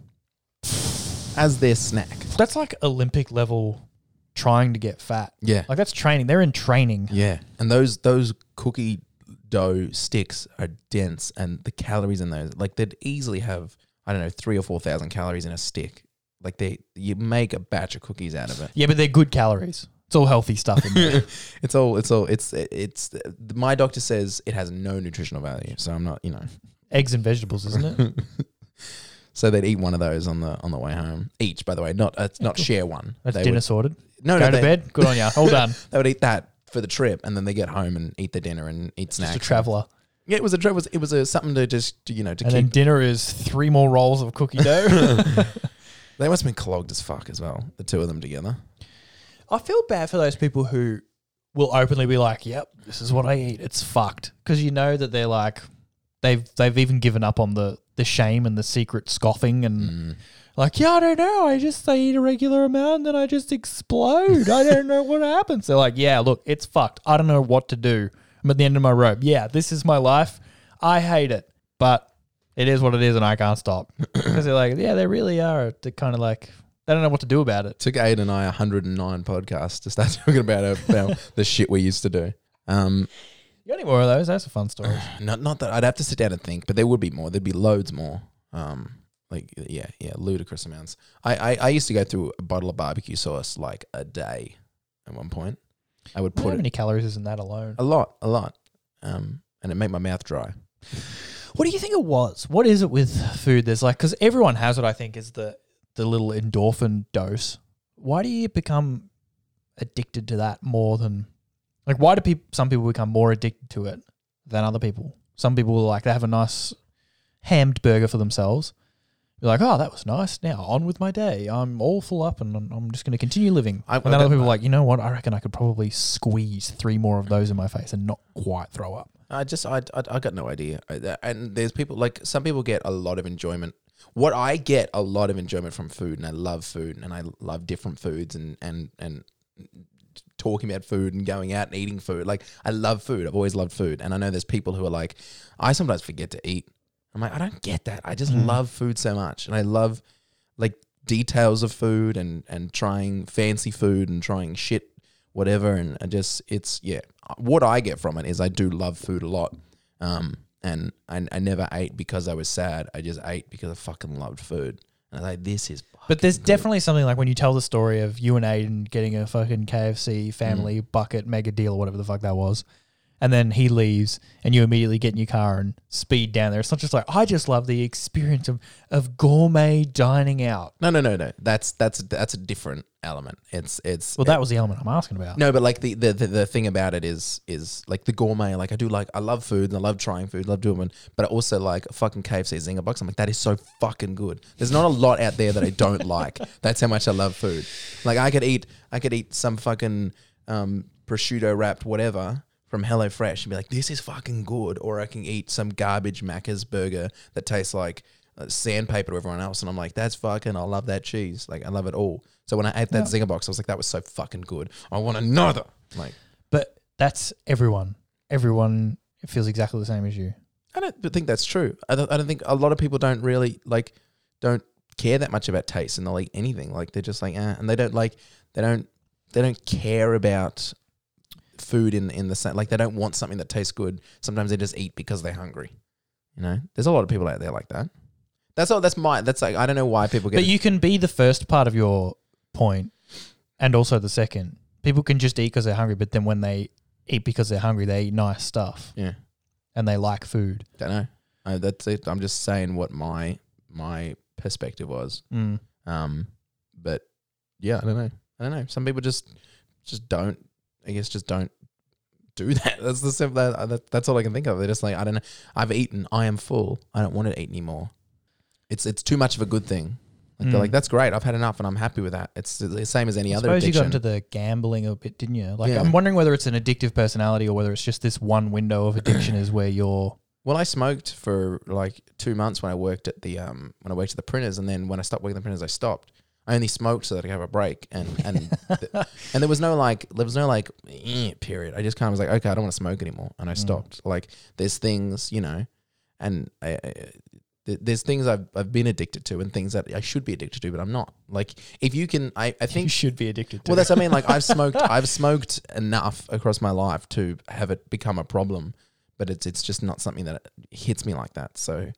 [SPEAKER 1] as their snack.
[SPEAKER 2] That's like Olympic level trying to get fat.
[SPEAKER 1] Yeah.
[SPEAKER 2] Like that's training. They're in training.
[SPEAKER 1] Yeah. And those those cookie dough sticks are dense and the calories in those like they'd easily have I don't know 3 or 4000 calories in a stick. Like they you make a batch of cookies out of it.
[SPEAKER 2] Yeah, but they're good calories. It's all healthy stuff in there.
[SPEAKER 1] It's all it's all it's it's my doctor says it has no nutritional value. So I'm not, you know.
[SPEAKER 2] Eggs and vegetables, isn't it?
[SPEAKER 1] So they'd eat one of those on the on the way home. Each, by the way, not uh, not share one.
[SPEAKER 2] That's
[SPEAKER 1] They
[SPEAKER 2] dinner
[SPEAKER 1] would-
[SPEAKER 2] sorted.
[SPEAKER 1] no,
[SPEAKER 2] Go
[SPEAKER 1] no,
[SPEAKER 2] to
[SPEAKER 1] they-
[SPEAKER 2] bed. Good on you. Hold on.
[SPEAKER 1] They would eat that for the trip, and then they get home and eat their dinner and eat snacks.
[SPEAKER 2] Just a traveler.
[SPEAKER 1] yeah, it was a trip. It was, it was a something to just to, you know to
[SPEAKER 2] And
[SPEAKER 1] keep.
[SPEAKER 2] then dinner is three more rolls of cookie dough.
[SPEAKER 1] they must have been clogged as fuck as well. The two of them together.
[SPEAKER 2] I feel bad for those people who will openly be like, "Yep, this is what I eat. It's fucked." Because you know that they're like, they've they've even given up on the the shame and the secret scoffing and like, yeah, I don't know. I just I eat a regular amount and then I just explode. I don't know what happens. They're like, yeah, look, it's fucked. I don't know what to do. I'm at the end of my rope. Yeah, this is my life. I hate it, but it is what it is, and I can't stop. Because they're like, yeah, they really are. They're kind of like. They don't know what to do about it.
[SPEAKER 1] Took Aiden and I 109 podcasts to start talking about our, about the shit we used to do. Um,
[SPEAKER 2] You got any more of those? That's a fun story.
[SPEAKER 1] not not that I'd have to sit down and think, but there would be more. There'd be loads more. Um, like yeah, yeah, ludicrous amounts. I, I I used to go through a bottle of barbecue sauce like a day at one point. I would
[SPEAKER 2] How
[SPEAKER 1] put it
[SPEAKER 2] many calories is in that alone?
[SPEAKER 1] a lot, a lot, um, and it made my mouth dry.
[SPEAKER 2] What do you think it was? What is it with food? There's like because everyone has what I think is the the little endorphin dose. Why do you become addicted to that more than like why do people some people become more addicted to it than other people? Some people like they have a nice hammed burger for themselves. You're like, oh, that was nice. Now on with my day. I'm all full up, and I'm, I'm just going to continue living.
[SPEAKER 1] I-
[SPEAKER 2] and then
[SPEAKER 1] I
[SPEAKER 2] other
[SPEAKER 1] don't-
[SPEAKER 2] people are like, you know what? I reckon I could probably squeeze three more of those in my face and not quite throw up.
[SPEAKER 1] I just I I, I got no idea. I, I- and there's people like some people get a lot of enjoyment. What I get a lot of enjoyment from food, and I love food, and I love different foods, and and and talking about food and going out and eating food. Like I love food. I've always loved food, and I know there's people who are like, I sometimes forget to eat. I'm like, I don't get that. I just love food so much, and I love like details of food and and trying fancy food and trying shit whatever and I just it's yeah what I get from it is I do love food a lot um and I, I never ate because I was sad I just ate because I fucking loved food and I was like this is
[SPEAKER 2] But there's definitely something like when you tell the story of you and Aiden getting a fucking KFC family bucket mega deal or whatever the fuck that was, and then he leaves and you immediately get in your car and speed down there. It's not just like I just love the experience of of gourmet dining out.
[SPEAKER 1] no no no no that's that's that's a different element it's it's
[SPEAKER 2] Well, that was the element I'm asking about.
[SPEAKER 1] No, but like the, the the the thing about it is is like the gourmet. Like I do like I love food and I love trying food, love doing, it, but I also like fucking KFC zinger box. I'm like that is so fucking good. There's not a lot out there that I don't like. That's how much I love food. Like I could eat I could eat some fucking um, prosciutto wrapped whatever from HelloFresh and be like this is fucking good, or I can eat some garbage Macca's burger that tastes like. uh, Sandpaper to everyone else, and I'm like, that's fucking. I love that cheese. Like, I love it all. So when I ate that zinger box, I was like, that was so fucking good. I want another. Like,
[SPEAKER 2] But that's everyone. Everyone feels exactly the same as you.
[SPEAKER 1] I don't think that's true. I don't, I don't think a lot of people don't really like don't care that much about taste, and they'll eat anything. Like they're just like, eh, and they don't like they don't they don't care about food in in the same. Like they don't want something that tastes good. Sometimes they just eat because they're hungry. You know, there's a lot of people out there like that. That's all. That's my. That's like I don't know why people get.
[SPEAKER 2] But you can be the first part of your point and also the second. People can just eat because they're hungry, but then when they eat because they're hungry, they eat nice stuff.
[SPEAKER 1] yeah.
[SPEAKER 2] and they like food.
[SPEAKER 1] Don't know. Uh, that's it. I'm just saying what my my perspective was.
[SPEAKER 2] Mm.
[SPEAKER 1] Um, but yeah, I don't know. I don't know. Some people just just don't. I guess just don't do that. That's the simple. That, that, that's all I can think of. They're just like I don't know. I've eaten. I am full. I don't want to eat anymore. It's it's too much of a good thing. Like they're like, that's great. I've had enough, and I'm happy with that. It's the same as any
[SPEAKER 2] Hmm. I
[SPEAKER 1] other
[SPEAKER 2] suppose you
[SPEAKER 1] addiction.
[SPEAKER 2] got into the gambling a bit, didn't you? Like,
[SPEAKER 1] Yeah.
[SPEAKER 2] I'm wondering whether it's an addictive personality or whether it's just this one window of addiction is where you're.
[SPEAKER 1] Well, I smoked for like two months when I worked at the um when I worked at the printers, and then when I stopped working at the printers, I stopped. I only smoked so that I could have a break, and and th- and there was no like there was no like eh, period. I just kind of was like, okay, I don't want to smoke anymore, and I stopped. Like there's things you know, and I, I th- there's things I've I've been addicted to, and things that I should be addicted to, but I'm not. Like if you can, I I think
[SPEAKER 2] should be addicted
[SPEAKER 1] well, that's what I mean. Like I've smoked, I've smoked enough across my life to have it become a problem, but it's it's just not something that hits me like that. So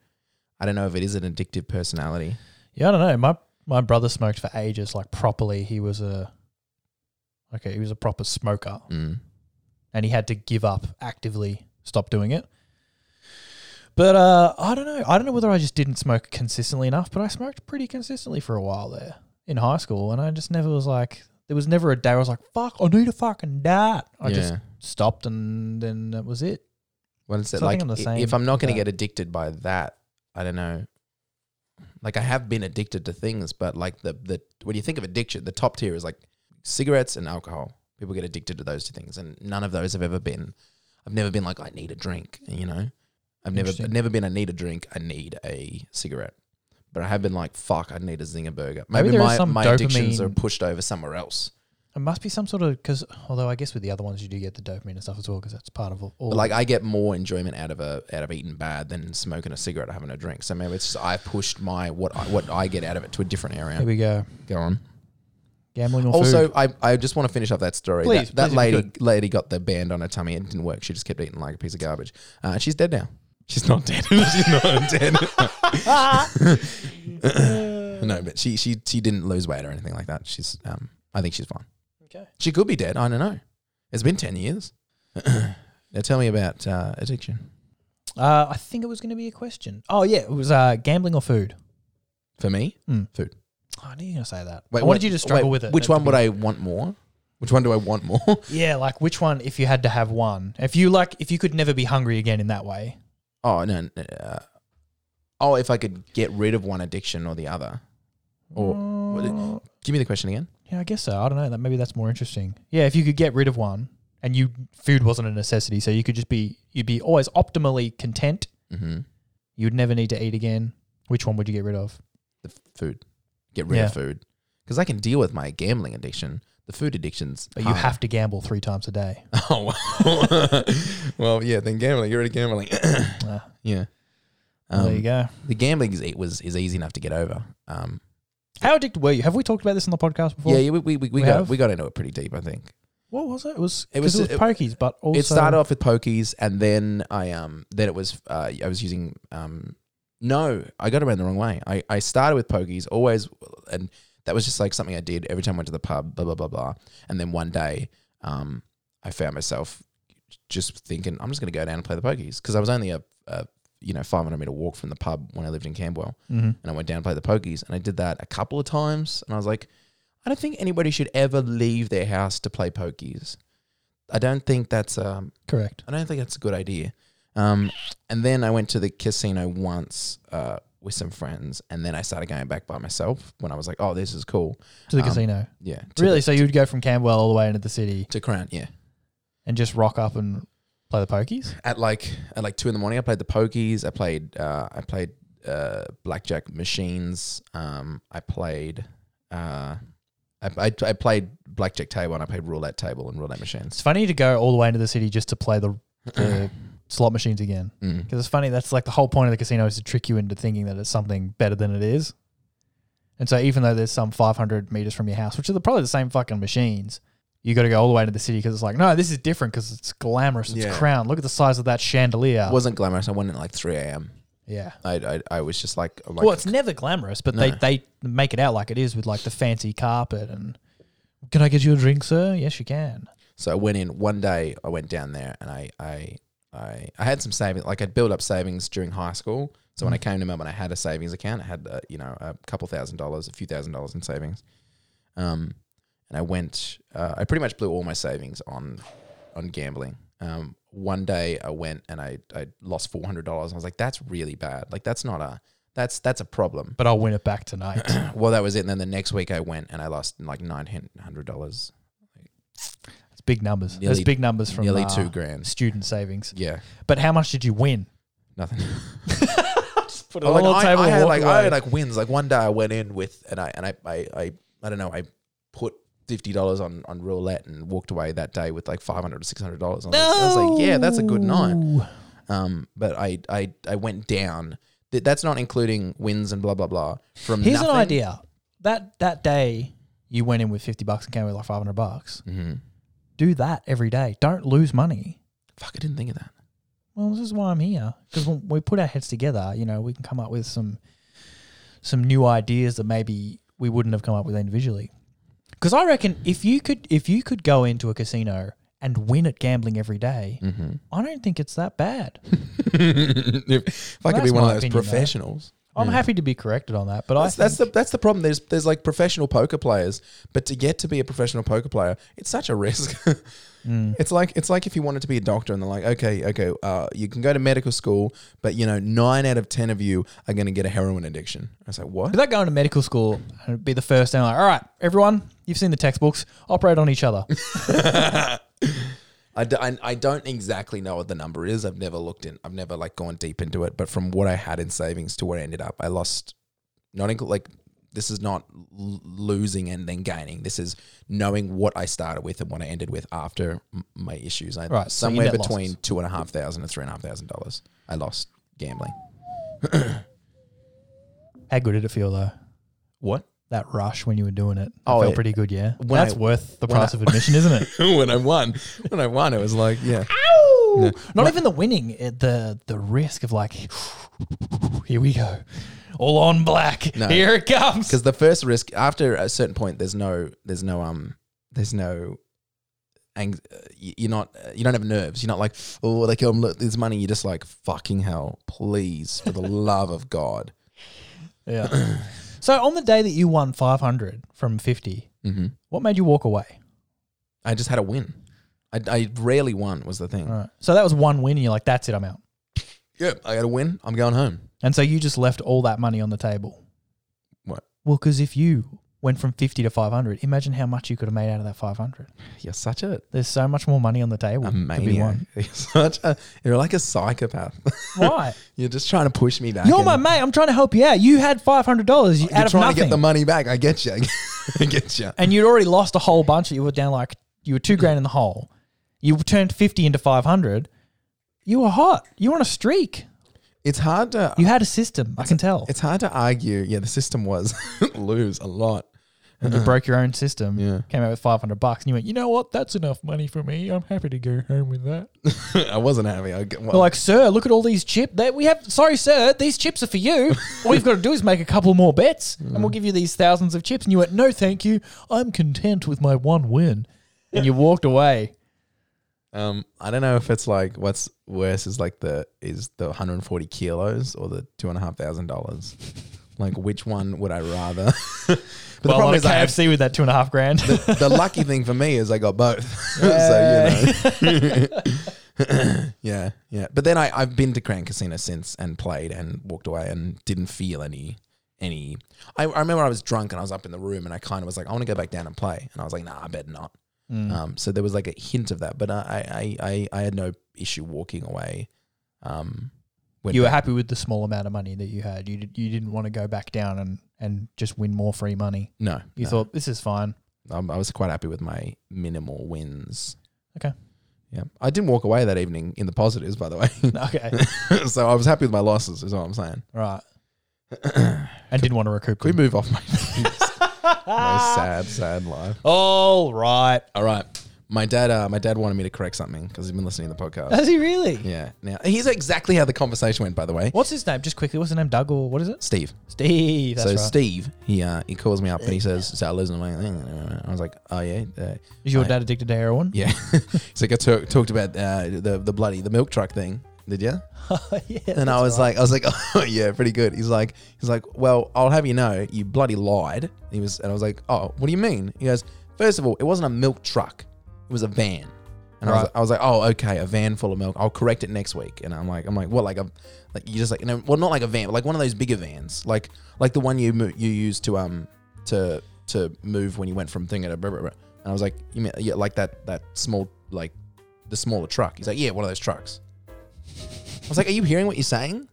[SPEAKER 1] I don't know if it is an addictive personality.
[SPEAKER 2] Yeah, I don't know. My my brother smoked for ages, like properly. He was a okay, he was a proper smoker,
[SPEAKER 1] Mm.
[SPEAKER 2] and he had to give up actively, stop doing it. But uh, I don't know. I don't know whether I just didn't smoke consistently enough, but I smoked pretty consistently for a while there in high school, and I just never was like. There was never a day I was like, "Fuck, I need a fucking dat." I just
[SPEAKER 1] Yeah.
[SPEAKER 2] stopped, and then that was it.
[SPEAKER 1] Well, it's that,
[SPEAKER 2] So I think
[SPEAKER 1] like
[SPEAKER 2] I'm the
[SPEAKER 1] i-
[SPEAKER 2] same
[SPEAKER 1] if I'm not
[SPEAKER 2] with
[SPEAKER 1] going to
[SPEAKER 2] that.
[SPEAKER 1] get addicted by that, I don't know. Like I have been addicted to things, but like the the when you think of addiction, the top tier is like cigarettes and alcohol. People get addicted to those two things, and none of those have ever been. I've never been like I need a drink, you know. I've never
[SPEAKER 2] Interesting.
[SPEAKER 1] I've never been I need a drink. I need a cigarette, but I have been like fuck. I need a zinger burger.
[SPEAKER 2] Maybe
[SPEAKER 1] Maybe,
[SPEAKER 2] there is
[SPEAKER 1] my
[SPEAKER 2] some
[SPEAKER 1] my addictions are
[SPEAKER 2] dopamine-
[SPEAKER 1] pushed over somewhere else.
[SPEAKER 2] It must be some sort of because, although I guess with the other ones you do get the dopamine and stuff as well, because that's part of all. all
[SPEAKER 1] But like I get more enjoyment out of a out of eating bad than smoking a cigarette or having a drink. So maybe it's just I pushed my what I, what I get out of it to a different area.
[SPEAKER 2] here we go,
[SPEAKER 1] Go on.
[SPEAKER 2] gambling or food.
[SPEAKER 1] Also, I, I just want to finish up that story.
[SPEAKER 2] Please,
[SPEAKER 1] that that
[SPEAKER 2] please, if you
[SPEAKER 1] lady lady got the band on her tummy and it didn't work. She just kept eating like a piece of garbage. Uh, she's dead now. She's not dead. she's not dead. no, but she she she didn't lose weight or anything like that. She's um I think she's fine.
[SPEAKER 2] Okay.
[SPEAKER 1] She could be dead. I don't know. It's been ten years. now tell me about uh, addiction
[SPEAKER 2] Uh, I think it was going to be a question. Oh yeah, it was uh, gambling or food.
[SPEAKER 1] for me.
[SPEAKER 2] Oh, I knew you were going to say that.
[SPEAKER 1] Wait,
[SPEAKER 2] I wanted
[SPEAKER 1] wait,
[SPEAKER 2] you to struggle
[SPEAKER 1] wait,
[SPEAKER 2] with it.
[SPEAKER 1] Which one would I want more? Which one do I want more?
[SPEAKER 2] Yeah, like which one? If you had to have one, if you like, if you could never be hungry again in that way.
[SPEAKER 1] oh no. no, Uh, oh, if I could get rid of one addiction or the other, or what did-
[SPEAKER 2] Uh,
[SPEAKER 1] give me the question again.
[SPEAKER 2] yeah, I guess so. I don't know. That maybe that's more interesting. Yeah, if you could get rid of one and you food wasn't a necessity, so you could just be you'd be always optimally content.
[SPEAKER 1] Mm-hmm.
[SPEAKER 2] You'd never need to eat again. Which one would you get rid of?
[SPEAKER 1] The f- food. Get rid
[SPEAKER 2] Yeah.
[SPEAKER 1] of food because I can deal with my gambling addiction. The food addictions,
[SPEAKER 2] But you have to gamble three times a day.
[SPEAKER 1] Oh well. well, yeah. Then gambling. You're already gambling.
[SPEAKER 2] Uh,
[SPEAKER 1] yeah.
[SPEAKER 2] well, there you
[SPEAKER 1] Um,
[SPEAKER 2] go.
[SPEAKER 1] The gambling is it was is easy enough to get over. Um,
[SPEAKER 2] How addicted were you? Have we talked about this on the podcast before?
[SPEAKER 1] yeah, yeah, we we, we, we
[SPEAKER 2] we
[SPEAKER 1] got
[SPEAKER 2] have?
[SPEAKER 1] we got into it pretty deep. I think.
[SPEAKER 2] What was it? It was
[SPEAKER 1] It
[SPEAKER 2] it
[SPEAKER 1] was-
[SPEAKER 2] was, it was
[SPEAKER 1] it-
[SPEAKER 2] pokies, but also
[SPEAKER 1] it started off with pokies, and then I um then it was uh, I was using um no I got around the wrong way. I I started with pokies always, and that was just like something I did every time I went to the pub. Blah blah blah blah. And then one day, um, I found myself just thinking I'm just gonna go down and play the pokies because I was only a, a you know 500 meter walk from the pub when I lived in Camberwell
[SPEAKER 2] Mhm.
[SPEAKER 1] and I went down and played the pokies and I did that a couple of times and I was like, I don't think anybody should ever leave their house to play pokies. I don't think that's um
[SPEAKER 2] Correct.
[SPEAKER 1] I don't think that's a good idea. Um, and then I went to the casino once uh, with some friends, and then I started going back by myself when I was like, "Oh, this is cool."
[SPEAKER 2] To the
[SPEAKER 1] Um,
[SPEAKER 2] casino.
[SPEAKER 1] Yeah, to
[SPEAKER 2] Really? So you would go from Camberwell all the way into the city
[SPEAKER 1] the- to Crown, yeah.
[SPEAKER 2] and just rock up and play the pokies?
[SPEAKER 1] At like at like two in the morning, I played the pokies. I played uh, I played uh, blackjack machines. Um, I played uh, I, I, I played blackjack table and I played roulette table and roulette
[SPEAKER 2] It's
[SPEAKER 1] machines.
[SPEAKER 2] funny to go all the way into the city just to play the, the slot machines again.
[SPEAKER 1] Mm.
[SPEAKER 2] Because it's funny, that's like the whole point of the casino is to trick you into thinking that it's something better than it is. And so even though there's some 500 meters from your house, which are the, probably the same fucking machines, you got to go all the way into the city because it's like, no, this is different because it's glamorous. It's
[SPEAKER 1] Yeah.
[SPEAKER 2] crown. Look at the size of that chandelier.
[SPEAKER 1] It wasn't glamorous. I went at like three a.m.
[SPEAKER 2] yeah.
[SPEAKER 1] I, I I was just like, oh I'm like
[SPEAKER 2] well, it's never glamorous, but
[SPEAKER 1] No.
[SPEAKER 2] they, they make it out like it is with like the fancy carpet and. Can I get you a drink, sir? Yes, you can.
[SPEAKER 1] So I went in one day. I went down there and I I I, I had some savings. Like I'd built up savings during high school. So when I came to Melbourne, I had a savings account. I had uh, you know a couple thousand dollars, a few thousand dollars in savings. Um, and I went. Uh, I pretty much blew all my savings on on gambling. Um, one day I went and I I lost four hundred dollars. I was like, that's really bad. Like that's not a That's that's a problem.
[SPEAKER 2] but I'll win it back tonight.
[SPEAKER 1] Well, that was it. And then the next week I went and I lost like nine hundred dollars,
[SPEAKER 2] it's big numbers.
[SPEAKER 1] Nearly-
[SPEAKER 2] There's big numbers from
[SPEAKER 1] nearly
[SPEAKER 2] uh,
[SPEAKER 1] two grand.
[SPEAKER 2] student savings.
[SPEAKER 1] Yeah,
[SPEAKER 2] But how much did you win?
[SPEAKER 1] nothing.
[SPEAKER 2] Put
[SPEAKER 1] Well, like, I, I
[SPEAKER 2] and
[SPEAKER 1] had
[SPEAKER 2] walk
[SPEAKER 1] like I
[SPEAKER 2] away.
[SPEAKER 1] had like wins. Like one day I went in with and I and I I I, I don't know. I put fifty dollars on on roulette and walked away that day with like five hundred or six hundred dollars. No! I was like, yeah, that's a good night.
[SPEAKER 2] Ooh.
[SPEAKER 1] Um, but I I I went down. Th- That's not including wins and blah blah blah. From
[SPEAKER 2] Here's
[SPEAKER 1] nothing.
[SPEAKER 2] an idea. That that day you went in with fifty bucks and came with like five hundred bucks.
[SPEAKER 1] Mhm.
[SPEAKER 2] Do that every day. Don't lose money.
[SPEAKER 1] Fuck, I didn't think of that.
[SPEAKER 2] Well, this is why I'm here because when we put our heads together, you know, we can come up with some some new ideas that maybe we wouldn't have come up with individually. Because I reckon if you could if you could go into a casino and win at gambling every day,
[SPEAKER 1] Mm-hmm.
[SPEAKER 2] I don't think it's that bad.
[SPEAKER 1] if, if I could be
[SPEAKER 2] that's
[SPEAKER 1] one of
[SPEAKER 2] my
[SPEAKER 1] those
[SPEAKER 2] opinion, though.
[SPEAKER 1] professionals.
[SPEAKER 2] I'm happy to be corrected on that, but
[SPEAKER 1] That's,
[SPEAKER 2] I think
[SPEAKER 1] that's the that's the problem. There's there's like professional poker players, but to get to be a professional poker player, it's such a risk.
[SPEAKER 2] Mm.
[SPEAKER 1] It's like it's like if you wanted to be a doctor, and they're like, okay, okay, uh, you can go to medical school, but you know, nine out of ten of you are going to get a heroin addiction. I was like, what?
[SPEAKER 2] Without going to medical school, and it'd be the first day. I'm like, all right, everyone, you've seen the textbooks. Operate on each other.
[SPEAKER 1] I, d- I, I don't exactly know what the number is. I've never looked in. I've never like gone deep into it. But from what I had in savings to where I ended up, I lost. Not inclu- like this is not l- losing and then gaining. This is knowing what I started with and what I ended with after m- my issues. I,
[SPEAKER 2] Right, so your
[SPEAKER 1] somewhere
[SPEAKER 2] net
[SPEAKER 1] between
[SPEAKER 2] losses.
[SPEAKER 1] two and a half thousand and three and a half thousand dollars. I lost gambling.
[SPEAKER 2] How good did it feel though?
[SPEAKER 1] What?
[SPEAKER 2] That rush when you were doing it. It
[SPEAKER 1] Oh,
[SPEAKER 2] felt
[SPEAKER 1] it-
[SPEAKER 2] pretty good, yeah.
[SPEAKER 1] when
[SPEAKER 2] That's
[SPEAKER 1] I-
[SPEAKER 2] worth the
[SPEAKER 1] when
[SPEAKER 2] price
[SPEAKER 1] I-
[SPEAKER 2] of admission, isn't it?
[SPEAKER 1] when I won, when I won, it was like yeah.
[SPEAKER 2] Not even the winning, it, the the risk of like, here we go, all on black.
[SPEAKER 1] No.
[SPEAKER 2] Here it comes.
[SPEAKER 1] because the first risk after a certain point there's no there's no um there's no ang- uh, y- you're not uh, you don't have nerves you're not like oh they come look there's money you're just like fucking hell please for the love of god
[SPEAKER 2] Yeah. so on the day that you won five hundred from 50
[SPEAKER 1] mm-hmm.
[SPEAKER 2] what made you walk away?
[SPEAKER 1] i just had a win I, I rarely won was the thing
[SPEAKER 2] All right. So that was one win, and you're like, that's it, I'm out.
[SPEAKER 1] yeah i got a win i'm going home
[SPEAKER 2] And so you just left all that money on the table.
[SPEAKER 1] what
[SPEAKER 2] Well, because if you went from 50 to 500, imagine how much you could have made out of that 500.
[SPEAKER 1] you're such a
[SPEAKER 2] There's so much more money on the table
[SPEAKER 1] a
[SPEAKER 2] to be
[SPEAKER 1] maniac.
[SPEAKER 2] won.
[SPEAKER 1] You're such a you're like a psychopath.
[SPEAKER 2] Why?
[SPEAKER 1] you're just trying to push me back.
[SPEAKER 2] You're
[SPEAKER 1] and-
[SPEAKER 2] my mate. I'm trying to help you out. You had $500 you-
[SPEAKER 1] You're
[SPEAKER 2] out
[SPEAKER 1] trying
[SPEAKER 2] of
[SPEAKER 1] to
[SPEAKER 2] nothing.
[SPEAKER 1] get the money back. I get you. I get you.
[SPEAKER 2] and you'd already lost a whole bunch. You were down like, you were
[SPEAKER 1] Mm.
[SPEAKER 2] two grand in the hole. You turned 50 into 500. You were hot. You were on a streak.
[SPEAKER 1] It's hard to
[SPEAKER 2] You had a system. I can tell.
[SPEAKER 1] It's hard to argue. Yeah, the system was lose a lot.
[SPEAKER 2] And you broke your own system.
[SPEAKER 1] Yeah.
[SPEAKER 2] Came out with 500 bucks. And you went, you know what? That's enough money for me. I'm happy to go home with that.
[SPEAKER 1] I wasn't happy. I, g- well,
[SPEAKER 2] They're like, sir, look at all these chips. That we have. Sorry, sir, these chips are for you. All you've got to do is make a couple more bets, and we'll give you these thousands of chips. And you went, no, thank you. I'm content with my one win. And you walked away.
[SPEAKER 1] um, I don't know if it's like what's worse is like the is the 140 kilos or the two and a half thousand dollars. Like which one would I rather? but the
[SPEAKER 2] Well,
[SPEAKER 1] problem
[SPEAKER 2] on a
[SPEAKER 1] is I have,
[SPEAKER 2] KFC with that two and a half grand.
[SPEAKER 1] the lucky thing for me is I got both. so you know. yeah, yeah. But then I, I've been to Crown Casino since and played and walked away and didn't feel any any I, I remember I was drunk and I was up in the room and I kind of was like, I want to go back down and play. And I was like, nah, I better not.
[SPEAKER 2] Mm.
[SPEAKER 1] Um, so there was like a hint of that, but I I, I, I had no issue walking away. Um, when
[SPEAKER 2] you were happy with the small amount of money that you had. You did, you didn't want to go back down and and just win more free money.
[SPEAKER 1] no,
[SPEAKER 2] You
[SPEAKER 1] no.
[SPEAKER 2] thought this is fine.
[SPEAKER 1] um, I was quite happy with my minimal wins.
[SPEAKER 2] Okay.
[SPEAKER 1] Yeah. I didn't walk away that evening in the positives, by the way.
[SPEAKER 2] Okay,
[SPEAKER 1] so I was happy with my losses, is all I'm saying.
[SPEAKER 2] right. and didn't want to recoup.
[SPEAKER 1] Can
[SPEAKER 2] them.
[SPEAKER 1] we move off my, my sad, sad life?
[SPEAKER 2] All right.
[SPEAKER 1] All right. My dad, uh, my dad wanted me to correct something because he's been listening to the podcast.
[SPEAKER 2] Does he really?
[SPEAKER 1] yeah. Now here's exactly how the conversation went, by the way.
[SPEAKER 2] What's his name? Just quickly. What's his name? Doug or what is it?
[SPEAKER 1] Steve.
[SPEAKER 2] Steve. That's
[SPEAKER 1] so
[SPEAKER 2] right.
[SPEAKER 1] Steve, he uh, he calls me up and he says, "So I listen to my thing." I was like, "Oh yeah, uh,
[SPEAKER 2] Is your
[SPEAKER 1] I-
[SPEAKER 2] dad addicted to heroin?
[SPEAKER 1] yeah." it's like I talk, talked about uh, the the bloody the milk truck thing. Did you?
[SPEAKER 2] yeah.
[SPEAKER 1] And I was like, I was like, oh yeah, pretty good. He's like, he's like, well, I'll have you know, you bloody lied. He was, and I was like, oh, what do you mean? He goes, first of all, it wasn't a milk truck, it was a van. And I, was,
[SPEAKER 2] Right.
[SPEAKER 1] I was like, oh, okay, a van full of milk. I'll correct it next week. And I'm like, I'm like, what, like a, like you just like, you know, well, not like a van, but like one of those bigger vans, like like the one you mo- you used to um to to move when you went from thing to blah, blah, blah. And I was like, you mean yeah, like that that small like the smaller truck? He's like, yeah, one of those trucks. I was like, are you hearing what you're saying?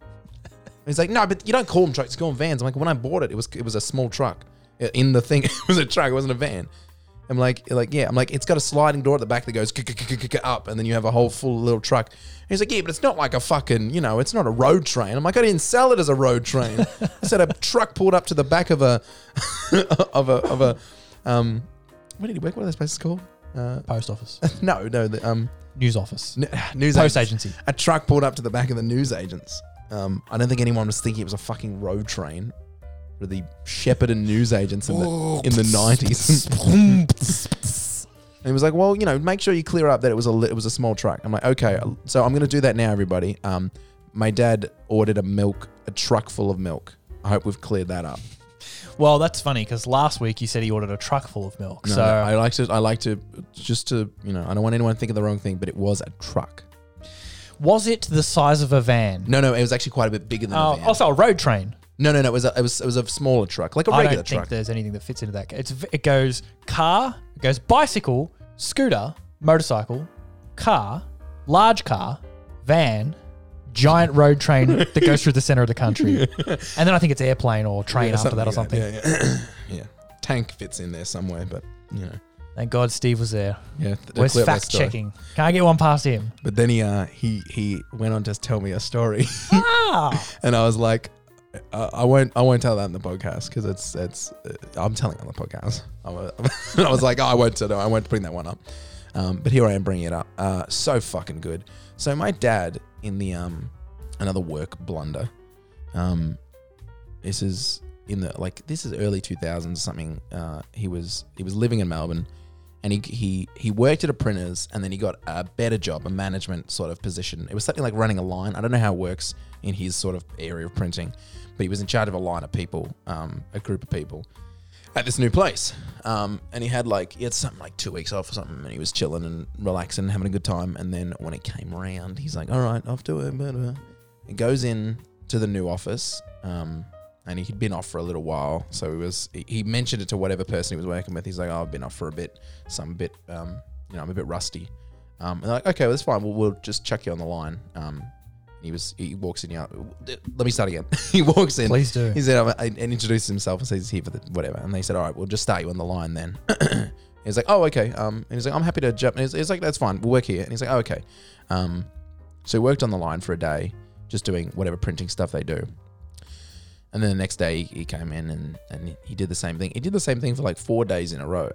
[SPEAKER 1] He's like, no, but you don't call them trucks, you call them vans. I'm like, when I bought it, it was it was a small truck. In the thing, it was a truck, it wasn't a van. I'm like, like yeah, I'm like, it's got a sliding door at the back that goes k-k-k-k-k up, and then you have a whole full little truck. And he's like, yeah, but it's not like a fucking, you know, it's not a road train. I'm like, I didn't sell it as a road train. I said a truck pulled up to the back of a, of a, of a, um, what did he work? What are those places called? Uh,
[SPEAKER 2] Post office,
[SPEAKER 1] no, no, the, um,
[SPEAKER 2] news office,
[SPEAKER 1] n- news
[SPEAKER 2] post
[SPEAKER 1] agents.
[SPEAKER 2] agency.
[SPEAKER 1] A truck pulled up to the back of the news agents. Um, I don't think anyone was thinking it was a fucking road train. For the shepherd and news agents in the in the nineties. And he was like, "Well, you know, make sure you clear up that it was a li- it was a small truck." I'm like, "Okay, uh, so I'm going to do that now, everybody." Um, my dad ordered a milk, a truck full of milk. I hope we've cleared that up.
[SPEAKER 2] Well, that's funny because last week you said he ordered a truck full of milk.
[SPEAKER 1] No,
[SPEAKER 2] so
[SPEAKER 1] I like to, I like to, just to, you know, I don't want anyone thinking the wrong thing, but it was a truck.
[SPEAKER 2] was it the size of a van?
[SPEAKER 1] No, no, it was actually quite a bit bigger than
[SPEAKER 2] Oh,
[SPEAKER 1] a van.
[SPEAKER 2] also a road train.
[SPEAKER 1] no, no, no, it was a, it was it was a smaller truck, like a
[SPEAKER 2] I
[SPEAKER 1] regular
[SPEAKER 2] don't
[SPEAKER 1] truck.
[SPEAKER 2] think there's anything that fits into that. It's v- it goes car, it goes bicycle, scooter, motorcycle, car, large car, van, giant road train that goes through the center of the country, and then I think it's airplane or train
[SPEAKER 1] Yeah,
[SPEAKER 2] after that or
[SPEAKER 1] something
[SPEAKER 2] something.
[SPEAKER 1] like that. Yeah, yeah. Yeah. Tank fits in there somewhere, but you know,
[SPEAKER 2] Thank God Steve was there.
[SPEAKER 1] yeah.
[SPEAKER 2] Where's
[SPEAKER 1] clear up that
[SPEAKER 2] fact
[SPEAKER 1] story.
[SPEAKER 2] checking? Can I get one past him?
[SPEAKER 1] But then he uh, he he went on to tell me a story.
[SPEAKER 2] Ah,
[SPEAKER 1] and I was like, I, I won't, I won't tell that in the podcast because it's, it's, uh, I'm telling it on the podcast. I'm a- I was like, oh, I won't, tell- I won't bring that one up. Um, but here I am bringing it up. Uh, so fucking good. So my dad in the um, another work blunder. Um, this is in the like this is early 2000s something. Uh, he was he was living in Melbourne. And he, he he worked at a printers, and then he got a better job, a management sort of position. It was something like running a line. I don't know how it works in his sort of area of printing, but he was in charge of a line of people, um, a group of people at this new place. Um, and he had like he had something like two weeks off or something, and he was chilling and relaxing, and having a good time. And then when it came round, he's like, "All right, off to it." blah, blah." He goes in to the new office, um, and he'd been off for a little while, so he was. He, he mentioned it to whatever person he was working with. He's like, "Oh, I've been off for a bit. Some bit, um, you know, I'm a bit rusty." Um, and they're like, "Okay, well, that's fine. We'll, we'll just chuck you on the line." Um, he was. He walks in. Yeah. Let me start again. he walks in.
[SPEAKER 2] please do.
[SPEAKER 1] He said, "I'm- I- and introduced himself and says he's here for the whatever. And they said, all right, we'll just start you on the line then. he's like, oh, okay. Um, and he's like, I'm happy to jump. And he's, he's like, that's fine. We'll work here. And he's like, oh, okay. Um, so he worked on the line for a day, just doing whatever printing stuff they do. And then the next day he- he came in and, and he did the same thing. He did the same thing for like four days in a row,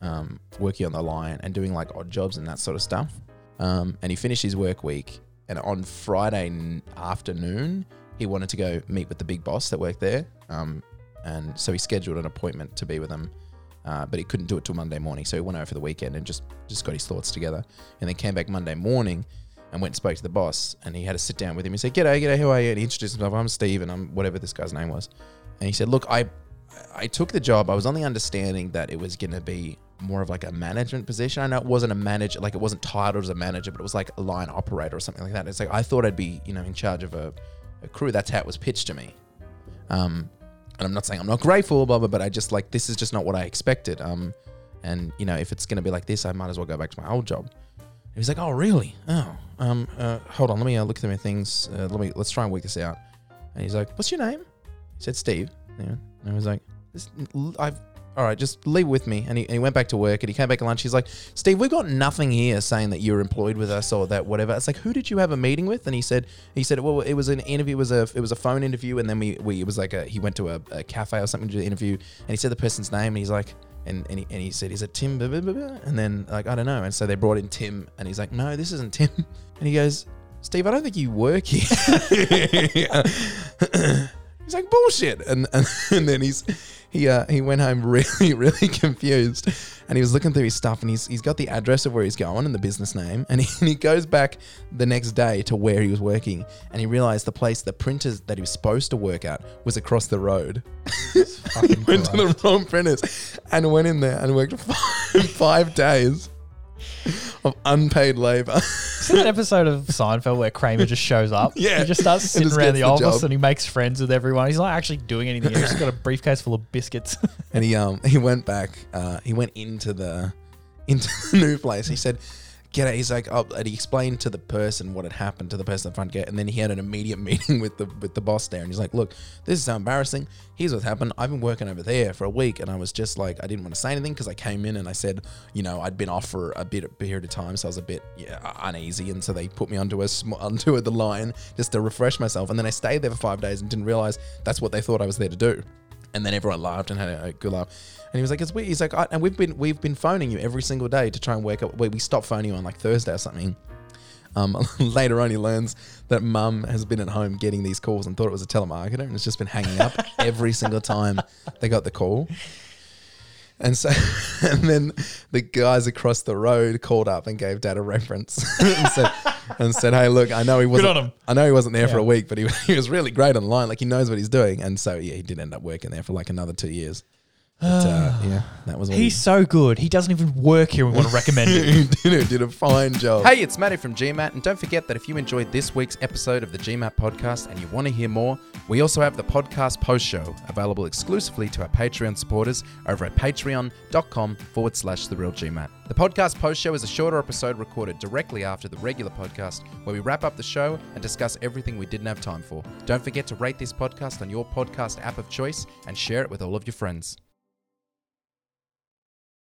[SPEAKER 1] um, working on the line and doing like odd jobs and that sort of stuff. Um, and he finished his work week. And on Friday n- afternoon, he wanted to go meet with the big boss that worked there. Um, and so he scheduled an appointment to be with him, uh, but he couldn't do it till Monday morning. So he went over for the weekend and just just got his thoughts together, and then came back Monday morning and went and spoke to the boss. And he had a sit down with him. He said, "G'day, g'day, how are you?" And he introduced himself. I'm Steve, and I'm whatever this guy's name was. And he said, "Look, I I took the job. I was on the understanding that it was going to be." More of like a management position. I know it wasn't a manager, like it wasn't titled as a manager, but it was like a line operator or something like that. It's like I thought I'd be, you know, in charge of a, a crew. That's how it was pitched to me. Um, and I'm not saying I'm not grateful, blah blah, but I just like this is just not what I expected. Um, and you know, if it's gonna be like this, I might as well go back to my old job. He was like, "Oh, really? Oh, um, uh, hold on, let me uh, look through my things. Uh, let me let's try and work this out." And he's like, "What's your name?" He said, "Steve." Yeah. And I was like, this, "I've." All right, just leave with me. And he, and he went back to work and he came back at lunch. He's like, Steve, we've got nothing here saying that you're employed with us or that whatever. It's like, who did you have a meeting with? And he said, he said, well, it was an interview, it was a, it was a phone interview. And then we, we, it was like a, he went to a, a cafe or something to do the interview and he said the person's name and he's like, and, and, he, and he said, is it Tim? Blah, blah, blah, blah. And then like, I don't know. And so they brought in Tim and he's like, no, this isn't Tim. And he goes, Steve, I don't think you work here. He's like bullshit, and and, and then he's he uh, he went home really really confused, and he was looking through his stuff, and he's he's got the address of where he's going and the business name, and he, and he goes back the next day to where he was working, and he realized the place the printers that he was supposed to work at was across the road. he went to the wrong printers, and went in there and worked five, five days. of unpaid labor.
[SPEAKER 2] Isn't that episode of Seinfeld where Kramer just shows up?
[SPEAKER 1] Yeah.
[SPEAKER 2] He just starts
[SPEAKER 1] And
[SPEAKER 2] sitting
[SPEAKER 1] just
[SPEAKER 2] around
[SPEAKER 1] gets
[SPEAKER 2] the,
[SPEAKER 1] the
[SPEAKER 2] office
[SPEAKER 1] job.
[SPEAKER 2] and he makes friends with everyone. He's not actually doing anything. He's just got a briefcase full of biscuits.
[SPEAKER 1] and he um he went back. Uh, he went into the into the new place. He said. Get it? He's like, oh, and he explained to the person what had happened to the person at the front gate, and then he had an immediate meeting with the with the boss there, and he's like, look, this is so embarrassing. Here's what's happened. I've been working over there for a week, and I was just like, I didn't want to say anything because I came in and I said, you know, I'd been off for a bit period of time, so I was a bit yeah, uneasy, and so they put me onto a sm- onto the line just to refresh myself, and then I stayed there for five days and didn't realize that's what they thought I was there to do. And then everyone laughed and had a, a good laugh. And he was like, "It's weird." He's like, I, "And we've been we've been phoning you every single day to try and work out. We, we stopped phoning you on like Thursday or something." Um, later on, he learns that mum has been at home getting these calls and thought it was a telemarketer and has just been hanging up every single time they got the call. And so, and then the guys across the road called up and gave dad a reference and said, and said, "Hey, look, I know he wasn't.
[SPEAKER 2] on him.
[SPEAKER 1] I know he wasn't there for a
[SPEAKER 2] Yeah.
[SPEAKER 1] week, but he, he was really great online. Like he knows what he's doing. And so yeah, he did end up working there for like another two years. But, uh, yeah, that was what
[SPEAKER 2] He's so good. He doesn't even work here. We want to recommend him.
[SPEAKER 1] he did, it, did a fine job. Hey, it's Matty from GMAT, and don't forget that if you enjoyed this week's episode of the GMAT podcast and you want to hear more, we also have the podcast post show available exclusively to our Patreon supporters over at patreon.com forward slash the real GMAT. The podcast post show is a shorter episode recorded directly after the regular podcast where we wrap up the show and discuss everything we didn't have time for. Don't forget to rate this podcast on your podcast app of choice and share it with all of your friends.